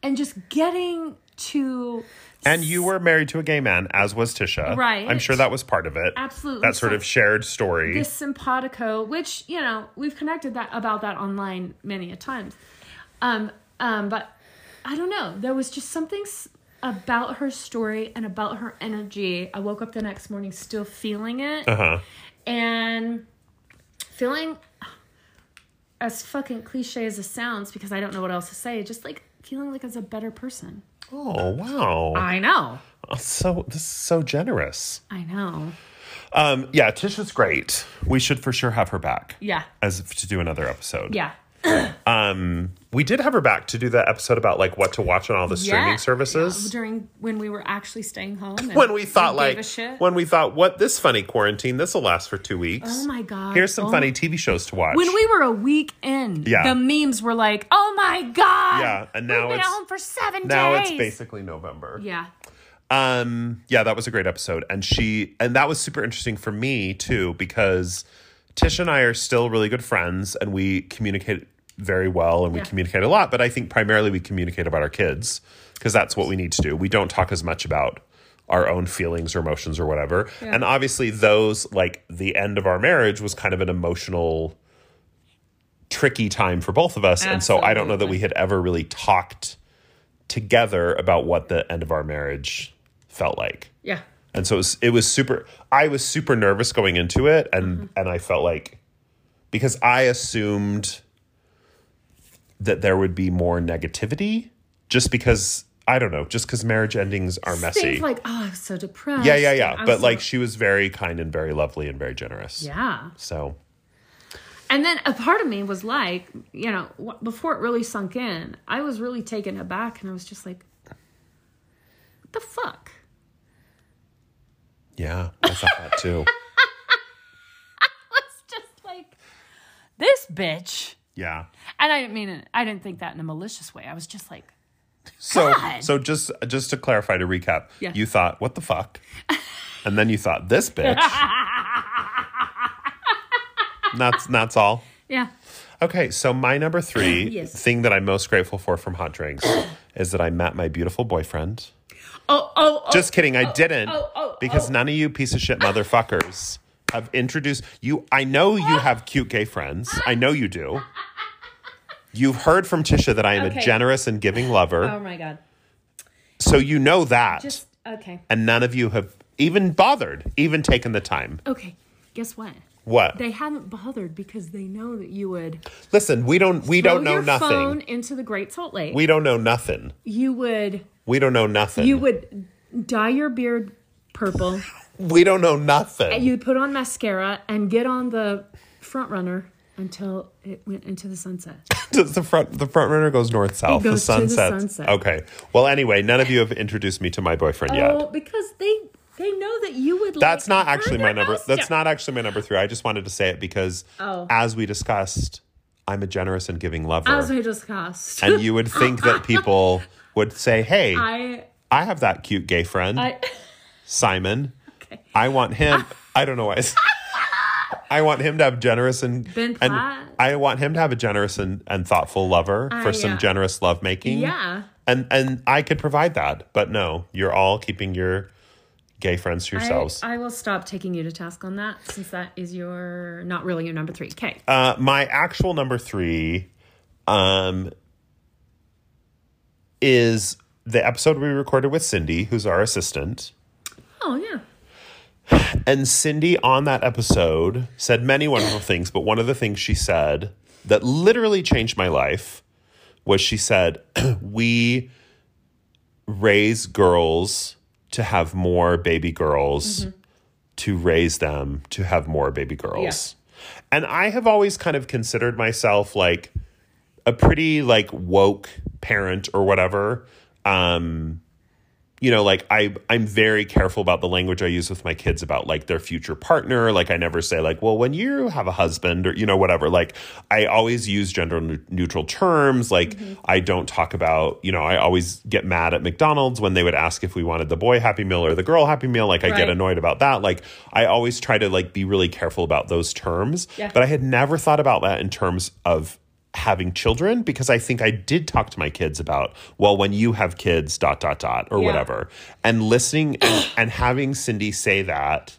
And just getting to And you were married to a gay man, as was Tisha. Right. I'm sure that was part of it. Absolutely. That sort So- of shared story. this simpatico, which you know we've connected that about that online many a times. Um, um, but I don't know. There was just something s- about her story and about her energy. I woke up the next morning still feeling it uh-huh. and feeling as fucking cliche as it sounds because I don't know what else to say. Just like feeling like I was a better person. Oh wow! I know. Oh, so this is so generous. I know. Um, yeah, Tisha's great. We should for sure have her back. Yeah. As if to do another episode. Yeah. Um, we did have her back to do that episode about like what to watch on all the streaming Yeah. Yeah, services. during when we were actually staying home. and When we thought gave like a shit. when we thought what this funny quarantine this will last for two weeks. Oh my god! Here's some Oh funny TV shows to watch. When we were a week in, Yeah. the memes were like, "Oh my god!" Yeah, and now we've been at it's- home for seven now days. it's basically November. Yeah, Um, yeah, that was a great episode, and she and that was super interesting for me too because Tish and I are still really good friends, and we communicate very well, and we Yeah. communicate a lot. But I think primarily we communicate about our kids because that's what we need to do. We don't talk as much about our own feelings or emotions or whatever. And obviously, those like the end of our marriage was kind of an emotional, tricky time for both of us, and so I don't know that we had ever really talked together about what the end of our marriage felt like. yeah, Mm-hmm. And so it was, it was super I was super nervous going into it and and I felt like because I assumed that there would be more negativity just because I don't know, just because marriage endings are messy. Things like, oh, I'm so depressed. yeah, yeah, yeah. I'm but so- like she was very kind and very lovely and very generous. yeah. So And then a part of me was like, you know, wh- before it really sunk in, I was really taken aback and I was just like, what the fuck? yeah, I thought that too. It's just like, this bitch. Yeah. And I didn't mean it, I didn't think that in a malicious way. I was just like, So God. so just just to clarify to recap, Yeah. you thought what the fuck, and then you thought this bitch. And that's and that's all. yeah. Okay, so my number three Yes. thing that I'm most grateful for from Hot Drinks is that I met my beautiful boyfriend. Oh, oh, oh. Just kidding, I didn't oh, oh, because oh. none of you piece of shit motherfuckers have introduced you. I know you have cute gay friends. I know you do. You've heard from Tisha that I am Okay. a generous and giving lover, oh my God. so you know that. Just, okay. and none of you have even bothered, even taken the time. Okay. Guess what? What? They haven't bothered because they know that you would Listen, we don't we throw don't know your nothing. phone into the Great Salt Lake. We don't know nothing. you would We don't know nothing. you would dye your beard purple. we don't know nothing. You'd put on mascara and get on the front runner until it went into the sunset. the front the front runner goes north south. goes the to the sun sets. sunset. Okay. Well, anyway, none of you have introduced me to my boyfriend Oh, yet. because they they know that you would. That's like not actually my burn their number. house That's down. not actually my number three. I just wanted to say it because, Oh. as we discussed, I'm a generous and giving lover, as we discussed. and you would think that people would say, "Hey, I, I have that cute gay friend." I Simon. I want him. I don't know why. I s- I want him to have generous and Ben and Platt. I want him to have a generous and, and thoughtful lover for I, some uh, generous lovemaking. yeah. And and I could provide that, but no, you're all keeping your gay friends to I, yourselves. I will stop taking you to task on that since that is your not really your number three. Okay. uh, my actual number three, um, is the episode we recorded with Cindy, who's our assistant. oh yeah. And Cindy on that episode said many wonderful things, but one of the things she said that literally changed my life was she said, We raise girls to have more baby girls, to raise them to have more baby girls. And I have always kind of considered myself like a pretty like woke parent or whatever. Um, you know like i i'm very careful about the language i use with my kids about like their future partner like i never say like well when you have a husband or you know whatever like i always use gender neu- neutral terms like Mm-hmm. i don't talk about you know i always get mad at mcdonald's when they would ask if we wanted the boy happy meal or the girl happy meal like i Right. get annoyed about that like i always try to like be really careful about those terms Yeah. but i had never thought about that in terms of having children because i think i did talk to my kids about well when you have kids dot dot dot or Yeah. whatever. And listening and, and having Cindy say that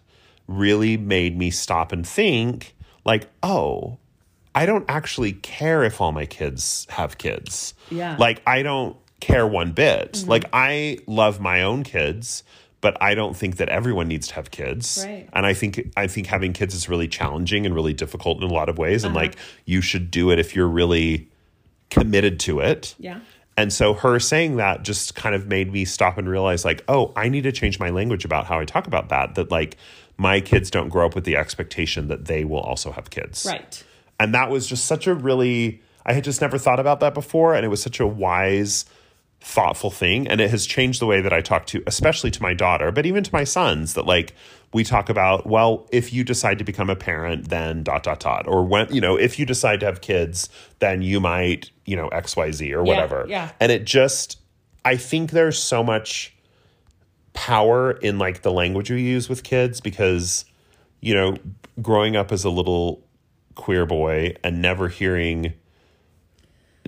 really made me stop and think like, oh, I don't actually care if all my kids have kids. Yeah. Mm-hmm. Like, I don't care one bit. Like, I love my own kids. But I don't think that everyone needs to have kids, Right. and I think I think having kids is really challenging and really difficult in a lot of ways. Uh-huh. And like, you should do it if you're really committed to it. Yeah. And so her saying that just kind of made me stop and realize like, oh, I need to change my language about how I talk about that. That like my kids don't grow up with the expectation that they will also have kids. Right. And that was just such a really I had just never thought about that before and it was such a wise thoughtful thing and it has changed the way that I talk to especially to my daughter but even to my sons that like we talk about well if you decide to become a parent then dot dot dot or when you know if you decide to have kids then you might you know xyz or whatever yeah. and it just I think there's so much power in like the language we use with kids because you know growing up as a little queer boy and never hearing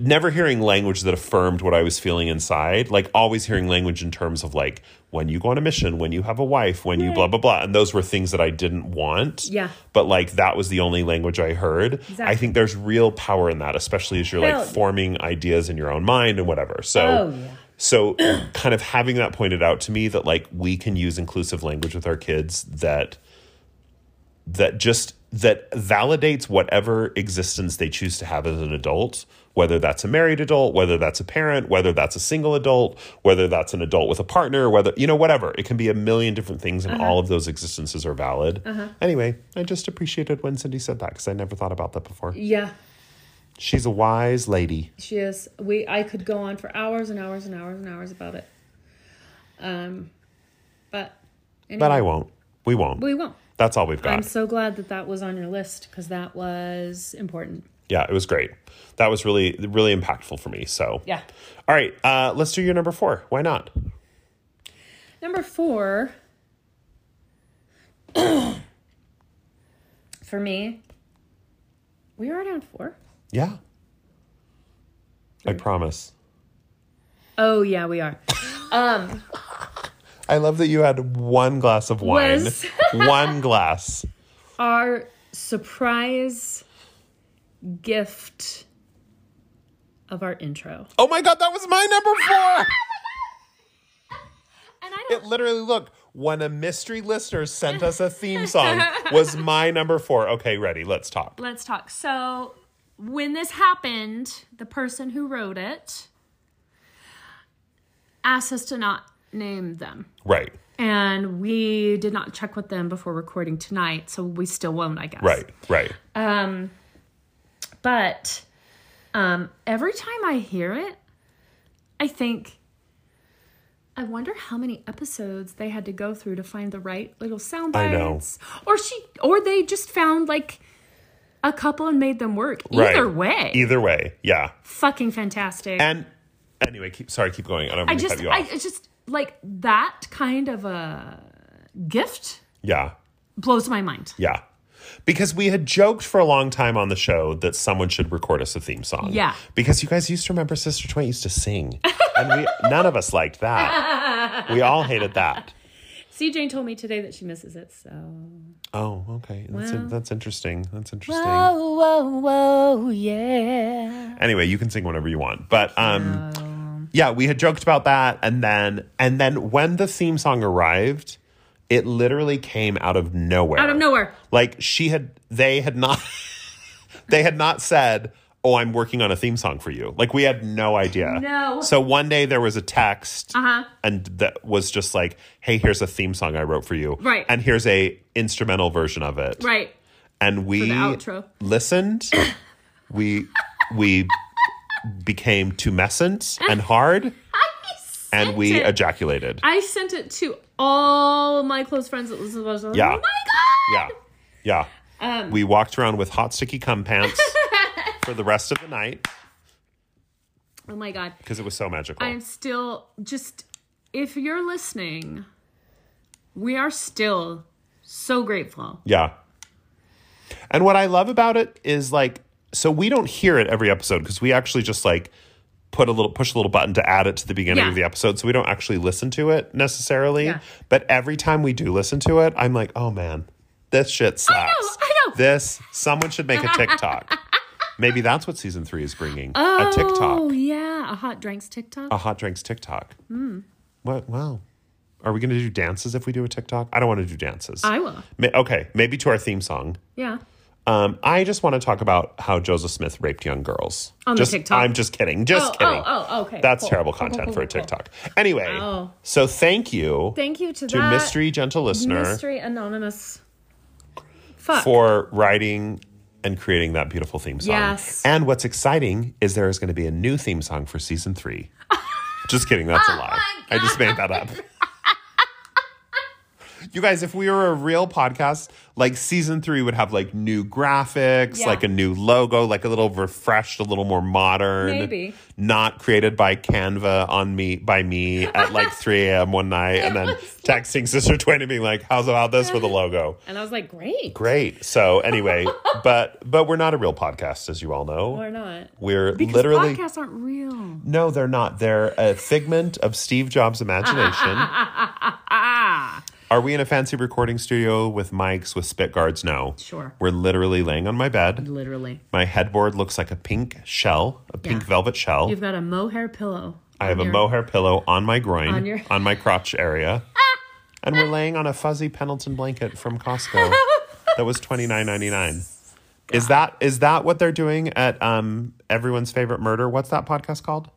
never hearing language that affirmed what I was feeling inside, like always hearing language in terms of like when you go on a mission, when you have a wife, when you blah blah blah, and those were things that I didn't want. Yeah. But like that was the only language I heard. I Exactly. think there's real power in that, especially as you're Hell- like forming ideas in your own mind and whatever. So Oh, yeah. so kind of having that pointed out to me that like we can use inclusive language with our kids that that just that validates whatever existence they choose to have as an adult, whether that's a married adult, whether that's a parent, whether that's a single adult, whether that's an adult with a partner, whether, you know, whatever. It can be a million different things, Uh-huh. and all of those existences are valid. Anyway, I just appreciated when Cindy said that because I never thought about that before. Yeah, She's a wise lady. she is. We I could go on for hours and hours and hours and hours about it. Um, but anyway, But I won't. We won't. we won't. That's all we've got. I'm so glad that that was on your list because that was important. yeah, it was great. That was really, really impactful for me. So, Yeah. All right, uh, let's do your number four. Why not? Number four for me. We are on four. Yeah. I promise. Oh yeah, we are. I love that you had one glass of wine. Was- one glass. Our surprise gift of our intro. Oh my God, that was my number And I four. It literally, look, when a mystery listener sent us a theme song, was my number four. Okay, ready, let's talk. let's talk. So, when this happened, the person who wrote it asked us to not name them. Right, And we did not check with them before recording tonight, so we still won't, I guess. right, right. Um, But um, every time I hear it, I think, I wonder how many episodes they had to go through to find the right little sound I know. bites. Or she, or they just found like a couple and made them work. Right. Either way, Either way, yeah. fucking fantastic. And anyway, keep sorry, keep going. I don't I mean to just, cut you I off. it's just like that kind of a gift yeah, blows my mind. yeah. Because we had joked for a long time on the show that someone should record us a theme song. Yeah. Because you guys used to remember Sister Twain used to sing. And we none of us liked that. We all hated that. See, Jane told me today that she misses it, so. Oh, okay. That's, that's interesting. That's interesting. Whoa, whoa, whoa, yeah. Anyway, you can sing whenever you want. But um yeah, we had joked about that and then and then when the theme song arrived, it literally came out of nowhere. Out of nowhere. like she had they had not they had not said oh i'm working on a theme song for you like we had no idea No. so one day there was a text Uh-huh. and that was just like hey here's a theme song i wrote for you Right. and here's a instrumental version of it Right. and we outro. listened we we became tumescent and hard and we it. ejaculated I sent it to all my close friends that listen to us. I was like, Yeah. Oh my Yeah. Yeah. Um, we walked around with hot sticky cum pants for the rest of the night god! Oh my god! because it was so magical. I am still just. If you're listening, we are still so grateful. yeah. And what I love about it is like, so we don't hear it every episode because we actually just like put a little push a little button to add it to the beginning Yeah. of the episode so we don't actually listen to it necessarily Yeah. but every time we do listen to it i'm like oh man this shit slaps I know. this someone should make a tiktok maybe that's what season 3 is bringing a tiktok Uh, Oh yeah, a hot drinks TikTok. a hot drinks TikTok. Hmm. What? Wow. Are we going to do dances if we do a TikTok? I don't want to do dances. I will. Ma- okay, maybe to our theme song. Yeah. Um, I just want to talk about how Joseph Smith raped young girls. On the just, TikTok? I'm just kidding. Just Oh, kidding. oh, oh, okay, That's cool. terrible Cool, cool, content cool, for a cool, cool. TikTok. Anyway, Wow. so thank you Thank you to, to that Mystery Gentle Listener mystery anonymous. Fuck. for writing and creating that beautiful theme song. Yes. And what's exciting is there is going to be a new theme song for season three. just kidding. That's Oh a lie. I just made that up. You guys, if we were a real podcast, like season three would have like new graphics, Yeah. like a new logo, like a little refreshed, a little more modern. Maybe. Not created by Canva on me by me at like 3 a.m. one night and then texting Sister Twain and being like, How's about this for the logo? and I was like, great. Great. So anyway, but but we're not a real podcast, as you all know. Or not. We're Because literally podcasts aren't real. no, they're not. They're a figment of Steve Jobs' imagination. Ah. Are we in a fancy recording studio with mics with spit guards? No. Sure. We're literally laying on my bed. Literally. My headboard looks like a pink shell, a pink Yeah. velvet shell. You've got a mohair pillow. I have on a your- mohair pillow on my groin, on, on your- Ah! my crotch area. and we're laying on a fuzzy Pendleton blanket from Costco That was twenty nine ninety nine. Is that is that what they're doing at um everyone's favorite murder? What's that podcast called?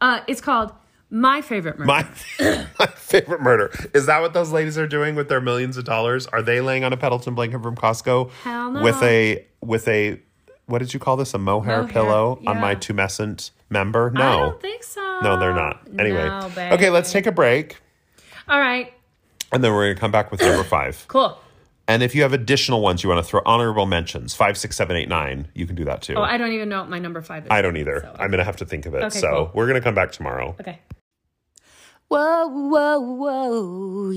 Uh, it's called My Favorite Murder. My, my favorite murder. Is that what those ladies are doing with their millions of dollars? Are they laying on a Pendleton blanket from Costco Hell no. with a with a what did you call this? A mohair, Mohair, pillow on yeah. my tumescent member? No. I don't think so. Oh. no, they're not. Anyway. No, babe. okay, let's take a break All right. and then we're going to come back with number 5. Cool. Oh, And if you have additional ones you want to throw honorable mentions, five, six, seven, eight, nine, you can do that too. Oh, I, I don't even know what my number five is. don't either. So, I'm going to have to think of it. Okay, so, cool. we're going to come back tomorrow. okay. Whoa, whoa, whoa,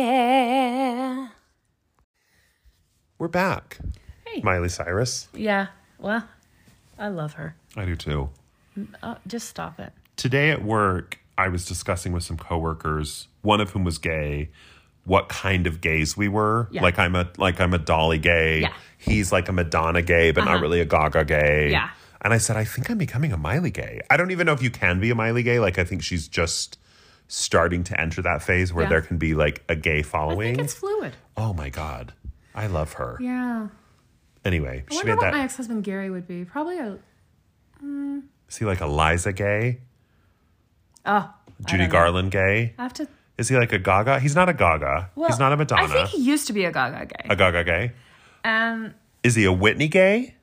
yeah. We're back. Hey. Miley Cyrus. Yeah. Well, I love her. I do too. Oh, just stop it. today at work i was discussing with some coworkers one of whom was gay what kind of gays we were Yeah. like i'm a like i'm a dolly gay Yeah. Uh-huh. he's like a madonna gay but not really a gaga gay Yeah. and i said i think i'm becoming a miley gay i don't even know if you can be a miley gay like i think she's just starting to enter that phase where Yeah. there can be like a gay I think following it's fluid. oh my god i love her Yeah. anyway I she wonder made what that my ex-husband Gary would be. Probably a is he like eliza gay oh. judy garland gay I have to. Is he like a Gaga? He's not a Gaga. well, He's not a Madonna. I think he used to be a Gaga guy. a Gaga gay. Um, Is he a Whitney gay?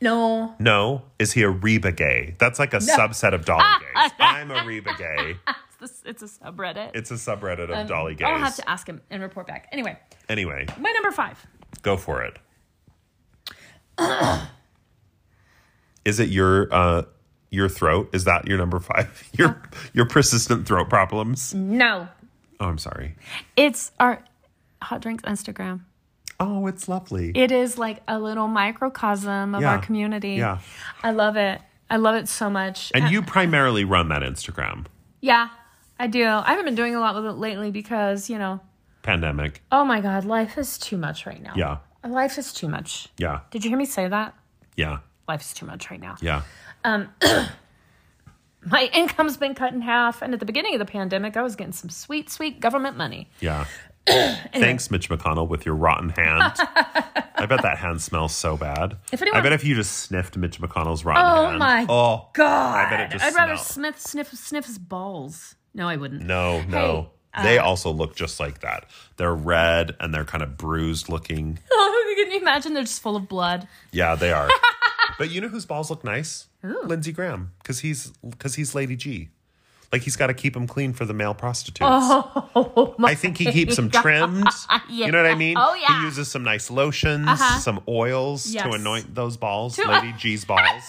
no. No. Is he a Reba gay? That's like a subset of Dolly Ah, gays. I'm a Reba gay. It's, this, it's a subreddit. It's a subreddit of Dolly gays. Um, I'll have to ask him and report back. Anyway, Anyway, my number five. go for it. Is it your uh your throat? Is that your number five? Your Uh. your persistent throat problems? No, Oh, I'm sorry. it's our hot drinks Instagram. Oh, it's lovely. It is like a little microcosm of Yeah. our community. Uh, Yeah. I love it. I love it so much. and you primarily run that Instagram. yeah, I do. I haven't been doing a lot with it lately because, you know, Pandemic. oh my God, life is too much right now. Yeah. Life is too much. Yeah. Did you hear me say that? Yeah. Life's too much right now. Yeah. My income's been cut in half. And at the beginning of the pandemic, I was getting some sweet, sweet government money. Yeah. Thanks, Mitch McConnell, with your rotten hand. I bet that hand smells so bad. If anyone- I bet if you just sniffed Mitch McConnell's rotten Oh hand. my oh God. I bet it just I'd rather smelled. Smith sniff sniff his balls. No, I wouldn't. No, no. Hey, they uh, also look just like that. They're red and they're kind of bruised looking. Oh, Can you imagine they're just full of blood? Yeah, they are. but you know whose balls look nice? Lindsey Graham, because he's because he's Lady G. Like he's got to keep them clean for the male prostitutes. Oh my I think he keeps them trimmed. You know what I mean? Oh, yeah. Uh-huh. He uses some nice lotions, some oils Yes. to anoint those balls, To- Lady G's balls.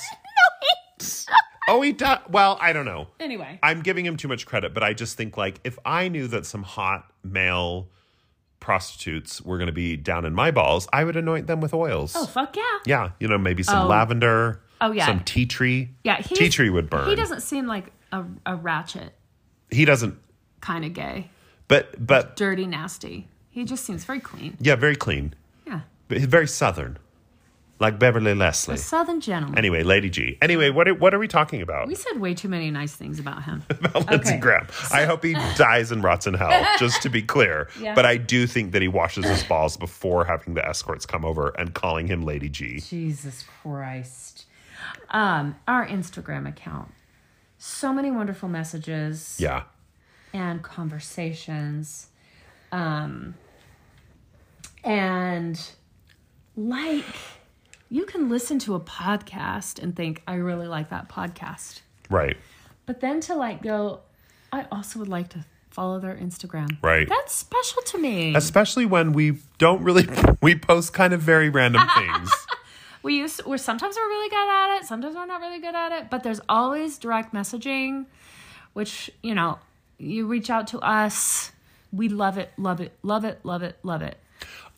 oh, he does. Well, I don't know. Anyway. I'm giving him too much credit, but I just think like if I knew that some hot male prostitutes were going to be down in my balls, I would anoint them with oils. Oh fuck yeah. Yeah, you know, maybe some Oh. lavender. Oh, yeah. Some tea tree. Yeah, tea does- tree would burn. He doesn't seem like a, a ratchet He doesn't. kind of gay, But but dirty, nasty. He just seems very clean. yeah, very clean. Yeah. But he's very southern, like Beverly Leslie. A southern gentleman. Anyway, Lady G. Anyway, what are, what are we talking about? we said way too many nice things about him. about Lindsey okay. Graham. I hope he dies and rots in hell, just to be clear. Yeah. But I do think that he washes his balls before having the escorts come over and calling him Lady G. Jesus Christ. Um, our Instagram account. So many wonderful messages. Yeah. and conversations um and like you can listen to a podcast and think i really like that podcast Right. but then to like go i also would like to follow their instagram Right. that's special to me Especially when we don't really we post kind of very random things. we used we're sometimes we're really good at it sometimes we're not really good at it but there's always direct messaging which you know you reach out to us we love it love it love it love it love it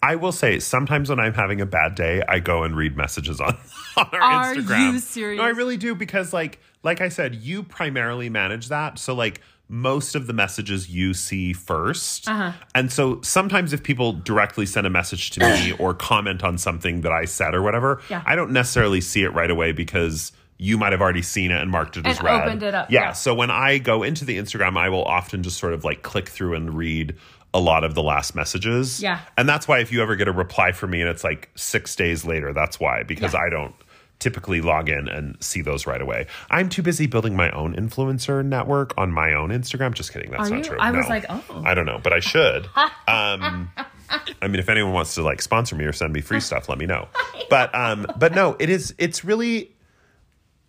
I will say sometimes when I'm having a bad day, I go and read messages on, on our Are Instagram. you serious? No, I really do because like like I said, you primarily manage that. So like most of the messages you see 1st Uh-huh. And so sometimes if people directly send a message to me or comment on something that I said or whatever, Yeah. I don't necessarily see it right away because you might have already seen it and marked it as And read. opened it up, Yeah. yeah. So when I go into the Instagram, I will often just sort of like click through and read a lot of the last messages. Yeah. And that's why if you ever get a reply from me and it's like six days later, that's why, because I don't typically log in and see those right away. I'm too busy building my own influencer network on my own Instagram. Just kidding. That's Are not you? true. I was No. like, oh. I don't know, but I should. um, I mean, if anyone wants to like sponsor me or send me free stuff, let me know. But um, but no, it is. It's really.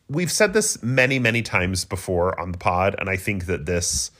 We've said this many, many times before on the pod, and I think that this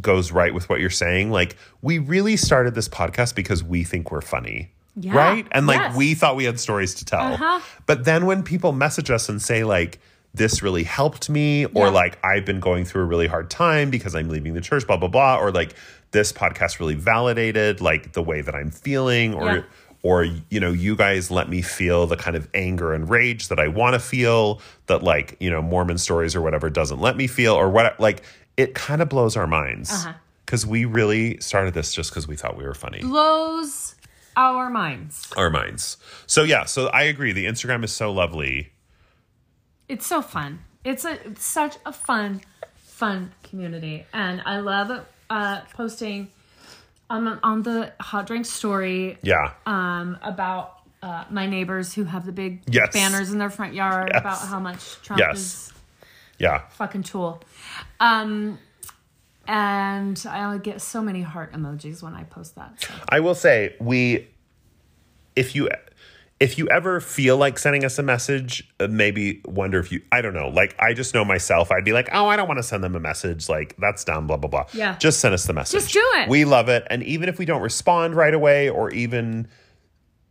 goes right with what you're saying. Like, we really started this podcast because we think we're funny. Yeah. Right? And like Yes. we thought we had stories to tell. Uh-huh. But then when people message us and say like this really helped me or Yeah. like I've been going through a really hard time because I'm leaving the church blah blah blah or like this podcast really validated like the way that I'm feeling or Yeah. or you know you guys let me feel the kind of anger and rage that I want to feel that like you know Mormon stories or whatever doesn't let me feel or what like it kind of blows our minds Uh-huh. cuz we really started this just cuz we thought we were funny blows our minds. our minds. So yeah, so I agree the Instagram is so lovely. It's so fun. It's a it's such a fun, fun community, and I love uh, posting on on the hot drink story Yeah. um, about uh, my neighbors who have the big Yes. banners in their front yard Yes. about how much Trump Yes. is Yeah. a fucking tool. Um, and I get so many heart emojis when I post that. So. I will say we if you if you ever feel like sending us a message, uh, maybe wonder if you I don't know, like I just know myself, I'd be like, "Oh, I don't want to send them a message like that's dumb blah blah blah." Yeah. Just send us the message. Just do it. We love it and even if we don't respond right away or even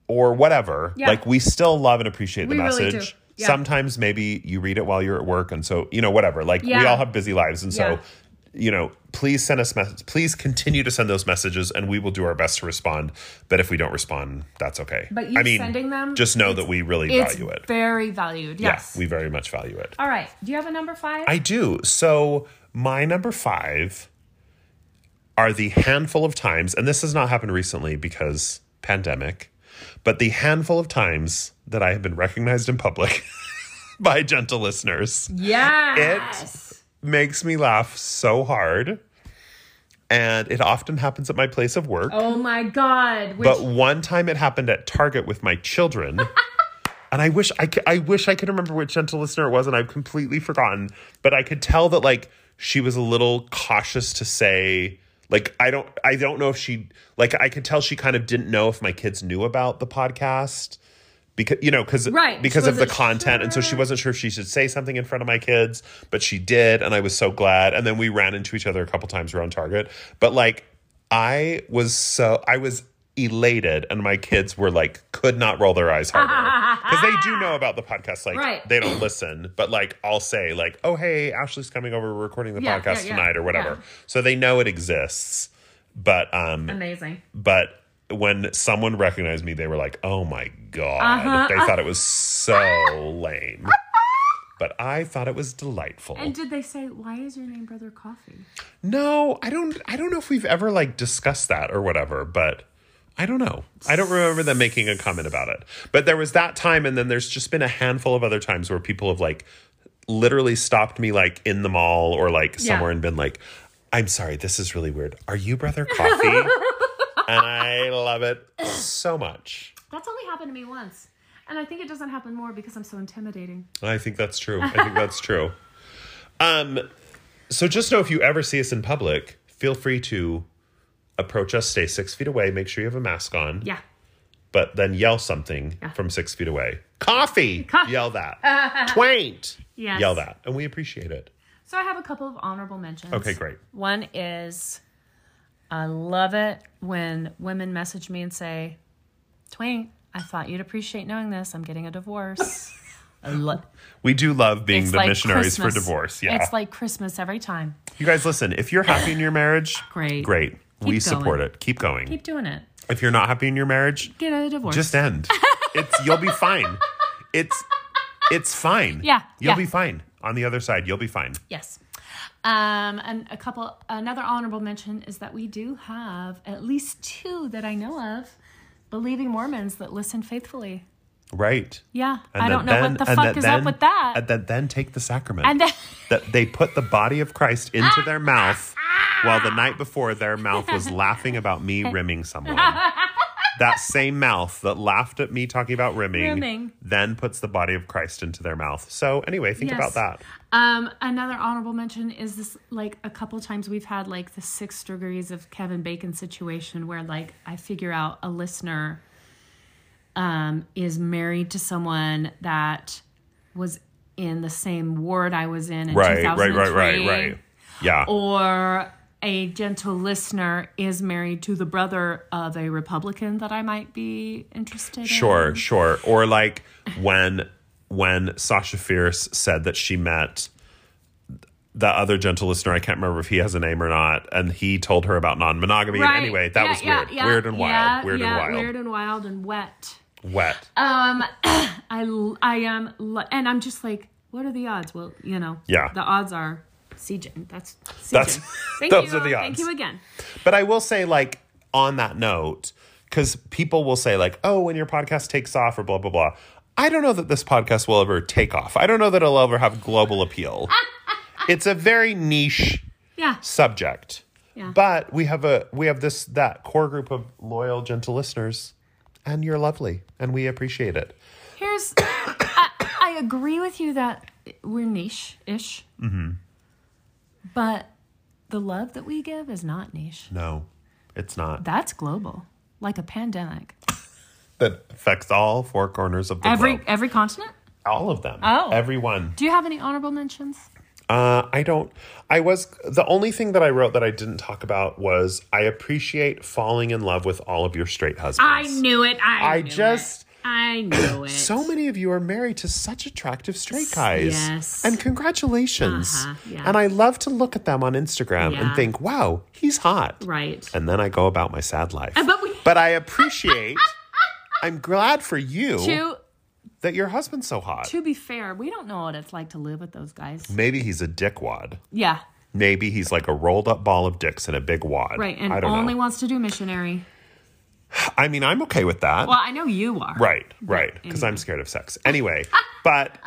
or whatever, Yeah. like we still love and appreciate the We really message. do. Yeah. Sometimes maybe you read it while you're at work and so, you know, whatever. Like we Yeah. all have busy lives and so Yeah. you know, please send us messages. Please continue to send those messages, and we will do our best to respond. But if we don't respond, that's okay. But you I mean, sending them, just know that we really It's value it. very valued. Yes. Yeah, we very much value it. All right. Do you have a number five? I do. So my number five are the handful of times, and this has not happened recently because pandemic, but the handful of times that I have been recognized in public by gentle listeners. yes. makes me laugh so hard. And it often happens at my place of work. Oh my God. Which, But one time it happened at Target with my children. and I wish I could, I wish I could remember which gentle listener it was and I've completely forgotten, but I could tell that like she was a little cautious to say like I don't I don't know if she like I could tell she kind of didn't know if my kids knew about the podcast because you know cuz Right, because she of the wasn't content and so she sure. wasn't sure if she should say something in front of my kids, but she did and I was so glad and then we ran into each other a couple times around Target, but like I was so I was elated and my kids were like could not roll their eyes harder because they do know about the podcast like Right. they don't listen but like i'll say like oh hey ashley's coming over we're recording the Yeah, podcast yeah, yeah, tonight or whatever yeah. so they know it exists but um amazing. but when someone recognized me they were like oh my god they thought it was so lame but i thought it was delightful And did they say, why is your name Brother Coffee? no, I don't. I don't know if we've ever like discussed that or whatever, but I don't know. I don't remember them making a comment about it. But there was that time, and then there's just been a handful of other times where people have like literally stopped me like in the mall or like Yeah. somewhere and been like, "I'm sorry, this is really weird. Are you brother coffee?" and I love it so much. That's only happened to me once. And I think it doesn't happen more because I'm so intimidating. I think that's true. I think that's true. Um, so just know if you ever see us in public, feel free to approach us, stay six feet away, make sure you have a mask on, Yeah. but then yell something Yeah. from six feet away. Coffee! Coffee. Yell that. Twaint! Yes. Yell that. And we appreciate it. So I have a couple of honorable mentions. Okay, great. One is I love it when women message me and say, Twain, I thought you'd appreciate knowing this. I'm getting a divorce. I lo- We do love being It's the like missionaries for Christmas. divorce. Yeah. It's like Christmas every time. you guys listen, if you're happy in your marriage, Great. great. we going. support it. Keep going. Keep doing it. if you're not happy in your marriage, Get a divorce. just end. It's you'll be fine. It's it's fine. Yeah, You'll yeah. be fine. On the other side, you'll be fine. Yes. Um, and a couple, another honorable mention is that we do have at least two that I know of believing Mormons that listen faithfully. Right. Yeah. And I that don't know then- what the and fuck is then, up with that. And that then take the sacrament. And then- that they put the body of Christ into their mouth Well, the night before, their mouth was laughing about me rimming someone. That same mouth that laughed at me talking about rimming, Rimming. then puts the body of Christ into their mouth. So, anyway, think Yes. about that. Um, another honorable mention is this like a couple times we've had like the six degrees of Kevin Bacon situation where like I figure out a listener um is married to someone that was in the same ward I was in in 2003. Yeah. Or a gentle listener is married to the brother of a Republican that I might be interested in. Sure, sure. Or like when when Sasha Fierce said that she met the other gentle listener, I can't remember if he has a name or not, and he told her about non monogamy. Right. Anyway, that Yeah, was yeah, weird. yeah, weird and wild. yeah, weird yeah, and wild. Weird and wild and wet. Wet. Um, I l- I am l- and I'm just like, what are the odds? Well, you know, Yeah. the odds are CJ. That's CJ. That's- Thank those you. are the Thank odds. you again. But I will say, like, on that note, because people will say, like, oh, when your podcast takes off or blah, blah, blah. I don't know that this podcast will ever take off. I don't know that it'll ever have global appeal. it's a very niche Yeah, subject. Yeah. But we have a we have this that core group of loyal, gentle listeners, and you're lovely, and we appreciate it. here's I, I agree with you that we're niche ish, mm-hmm. but the love that we give is not niche. No, it's not. That's global, like a pandemic. That affects all four corners of the Every globe. every continent. All of them. Oh. Everyone. Do you have any honorable mentions? Uh, I don't. I was the only thing that I wrote that I didn't talk about was I appreciate falling in love with all of your straight I husbands. knew it. I I knew it. just- I knew it. so many of you are married to such attractive straight guys. yes. And congratulations. Uh-huh, yeah. And I love to look at them on Instagram and Yeah. think, wow, he's hot. right. And then I go about my sad life. but we- but I appreciate, I'm glad for you To that your husband's so hot. to be fair, we don't know what it's like to live with those guys. Maybe he's a dickwad. Yeah, Maybe he's like a rolled up ball of dicks in a big wad. right. And I don't only know. wants to do missionary. I mean, I'm okay with that. Well, I know you are. Right, right. Because Mm-hmm. I'm scared of sex. Anyway, but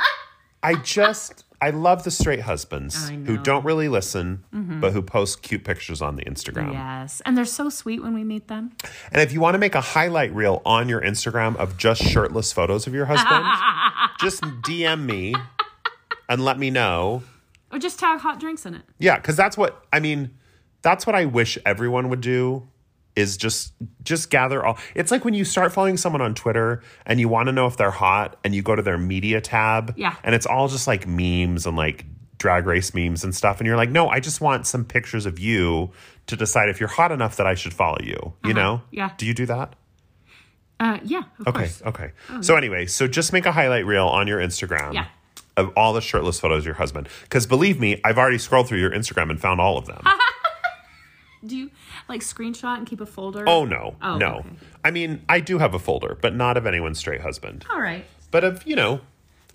I just, I love the straight husbands I who know. Mm-hmm. don't really listen, but who post cute pictures on the Instagram. Yes, and they're so sweet when we meet them. And if you want to make a highlight reel on your Instagram of just shirtless photos of your husband, just DM me and let me know. Or just tag hot drinks in it. Yeah, because that's what I mean. That's what I wish everyone would do is just just gather all. It's like when you start following someone on Twitter and you want to know if they're hot, and you go to their media tab. Yeah. and it's all just like memes and like drag race memes and stuff. And you're like, no, I just want some pictures of you to decide if you're hot enough that I should follow you. You know? Uh-huh. Yeah. Do you do that? Uh, yeah. Of Okay, Course. Oh, okay. So anyway, so just make a highlight reel on your Instagram Yeah. of all the shirtless photos of your husband. Because believe me, I've already scrolled through your Instagram and found all of them. Do you like screenshot and keep a folder? oh no, Oh, no. okay. I mean, I do have a folder, but not of anyone's straight husband. All right. But of you know,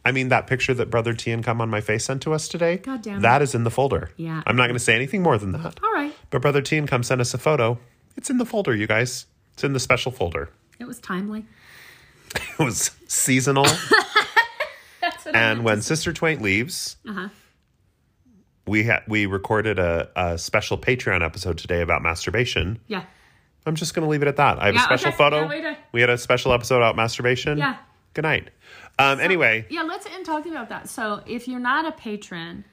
I mean that picture that Brother T and Come on My Face sent to us today. God damn it. that is in the folder. Yeah. I'm not going to say anything more than that. All right. But Brother T and Come sent us a photo. It's in the folder, you guys. It's in the special folder. It was timely. It was seasonal. That's what and when Sister Twain leaves, Uh-huh. we ha- we recorded a, a special Patreon episode today about masturbation. Yeah. I'm just going to leave it at that. I have Yeah, a special okay. photo. Yeah, we did. we had a special episode about masturbation. Yeah. Good night. Um, anyway, Yeah, let's end talking about that. So, if you're not a patron,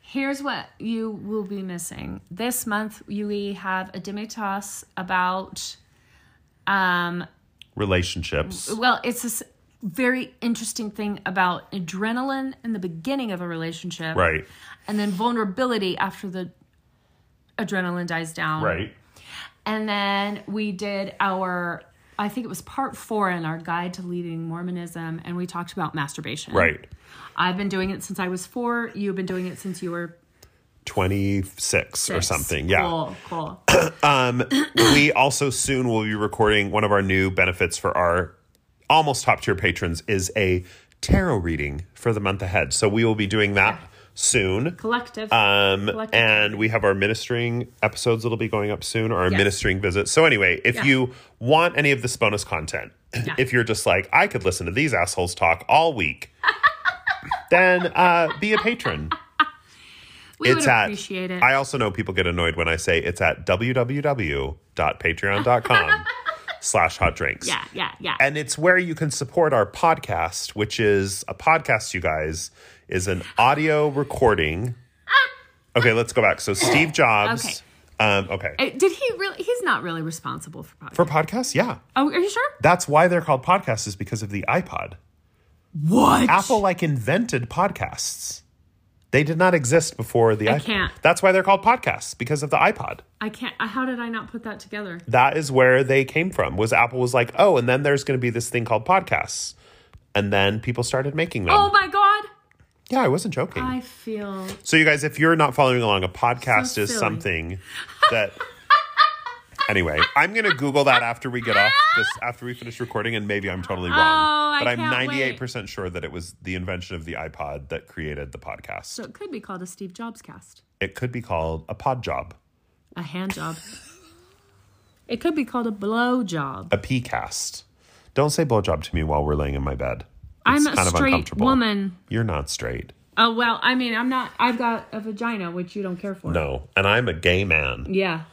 here's what you will be missing. This month, you- we have a demi toss about, um, relationships. well, it's this very interesting thing about adrenaline in the beginning of a relationship, Right. And then vulnerability after the adrenaline dies down, Right. and then we did our, I think it was part four in our guide to leading Mormonism, and we talked about masturbation, Right. I've been doing it since I was four. You've been doing it since you were 26 or six. something. Yeah. Cool, cool. we also soon will be recording one of our new benefits for our almost top tier patrons is a tarot reading for the month ahead. So we will be doing that soon. Collective. Um, Collective. and we have our ministering episodes that'll be going up soon, or our Yes. ministering visits. So anyway, if Yeah. you want any of this bonus content, if you're just like, I could listen to these assholes talk all week, then uh, be a patron. We it's would at, appreciate it. I also know people get annoyed when I say it's at www.patreon.com slash hot drinks. yeah, yeah, yeah. And it's where you can support our podcast, which is a podcast, you guys, is an audio recording. Okay, let's go back. So Steve Jobs. Okay. Um, okay. Uh, Did he really? He's not really responsible for podcasts. For podcasts, yeah. oh, are you sure? That's why they're called podcasts, is because of the iPod. What? Apple like invented podcasts. They did not exist before the I iPod. can't. That's why they're called podcasts because of the iPod. I can't. uh, How did I not put that together? That is where they came from. Was Apple was like, "Oh, and then there's going to be this thing called podcasts." And then people started making them. Oh my god! Yeah, I wasn't joking. I feel. so you guys, if you're not following along, a podcast So is silly. something that Anyway, I'm going to Google that after we get off this after we finish recording and maybe I'm totally wrong, Oh, I but I'm can't wait. 98% sure that it was the invention of the iPod that created the podcast. So it could be called a Steve Jobs cast, It could be called a pod job, a hand job. it could be called a blow job. a P cast. Don't say blowjob to me while we're laying in my bed. I'm It's a straight woman. You're not straight. Oh well, I mean, I'm not. I've got a vagina, which you don't care for. No, and I'm a gay man. Yeah.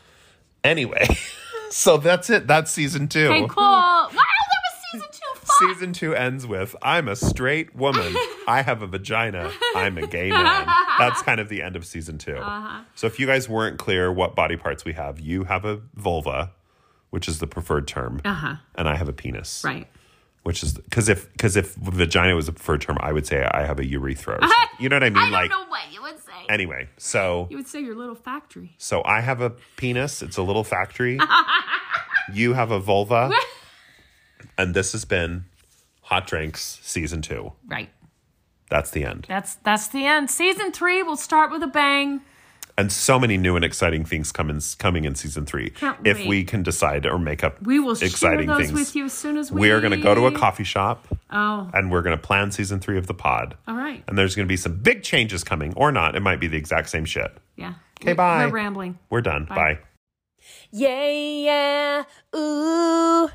Anyway, so that's it. That's season two. Hey, cool. wow, that was season two. Fuck. Season two ends with I'm a straight woman. I have a vagina. I'm a gay man. That's kind of the end of season 2 Uh-huh. So, if you guys weren't clear what body parts we have, you have a vulva, which is the preferred term, Uh-huh. and I have a penis. right. which is because if because if vagina was a preferred term, I would say I have a urethra. or something. You know what I mean? I don't like know what you would say. anyway, so you would say your little factory. so I have a penis. It's a little factory. you have a vulva, and this has been Hot Drinks season two. Right. That's the end, That's that's the end. Season three will start with a bang. and so many new and exciting things coming coming in season three. Can't if wait. we can decide or make up, We will exciting share those things with you as soon as we. We are going to go to a coffee shop, Oh, and we're going to plan season three of the pod. all right. And there's going to be some big changes coming, or not. It might be the exact same shit. Yeah. Okay, We- bye. We're rambling. We're done. Bye. Yeah, yeah, ooh.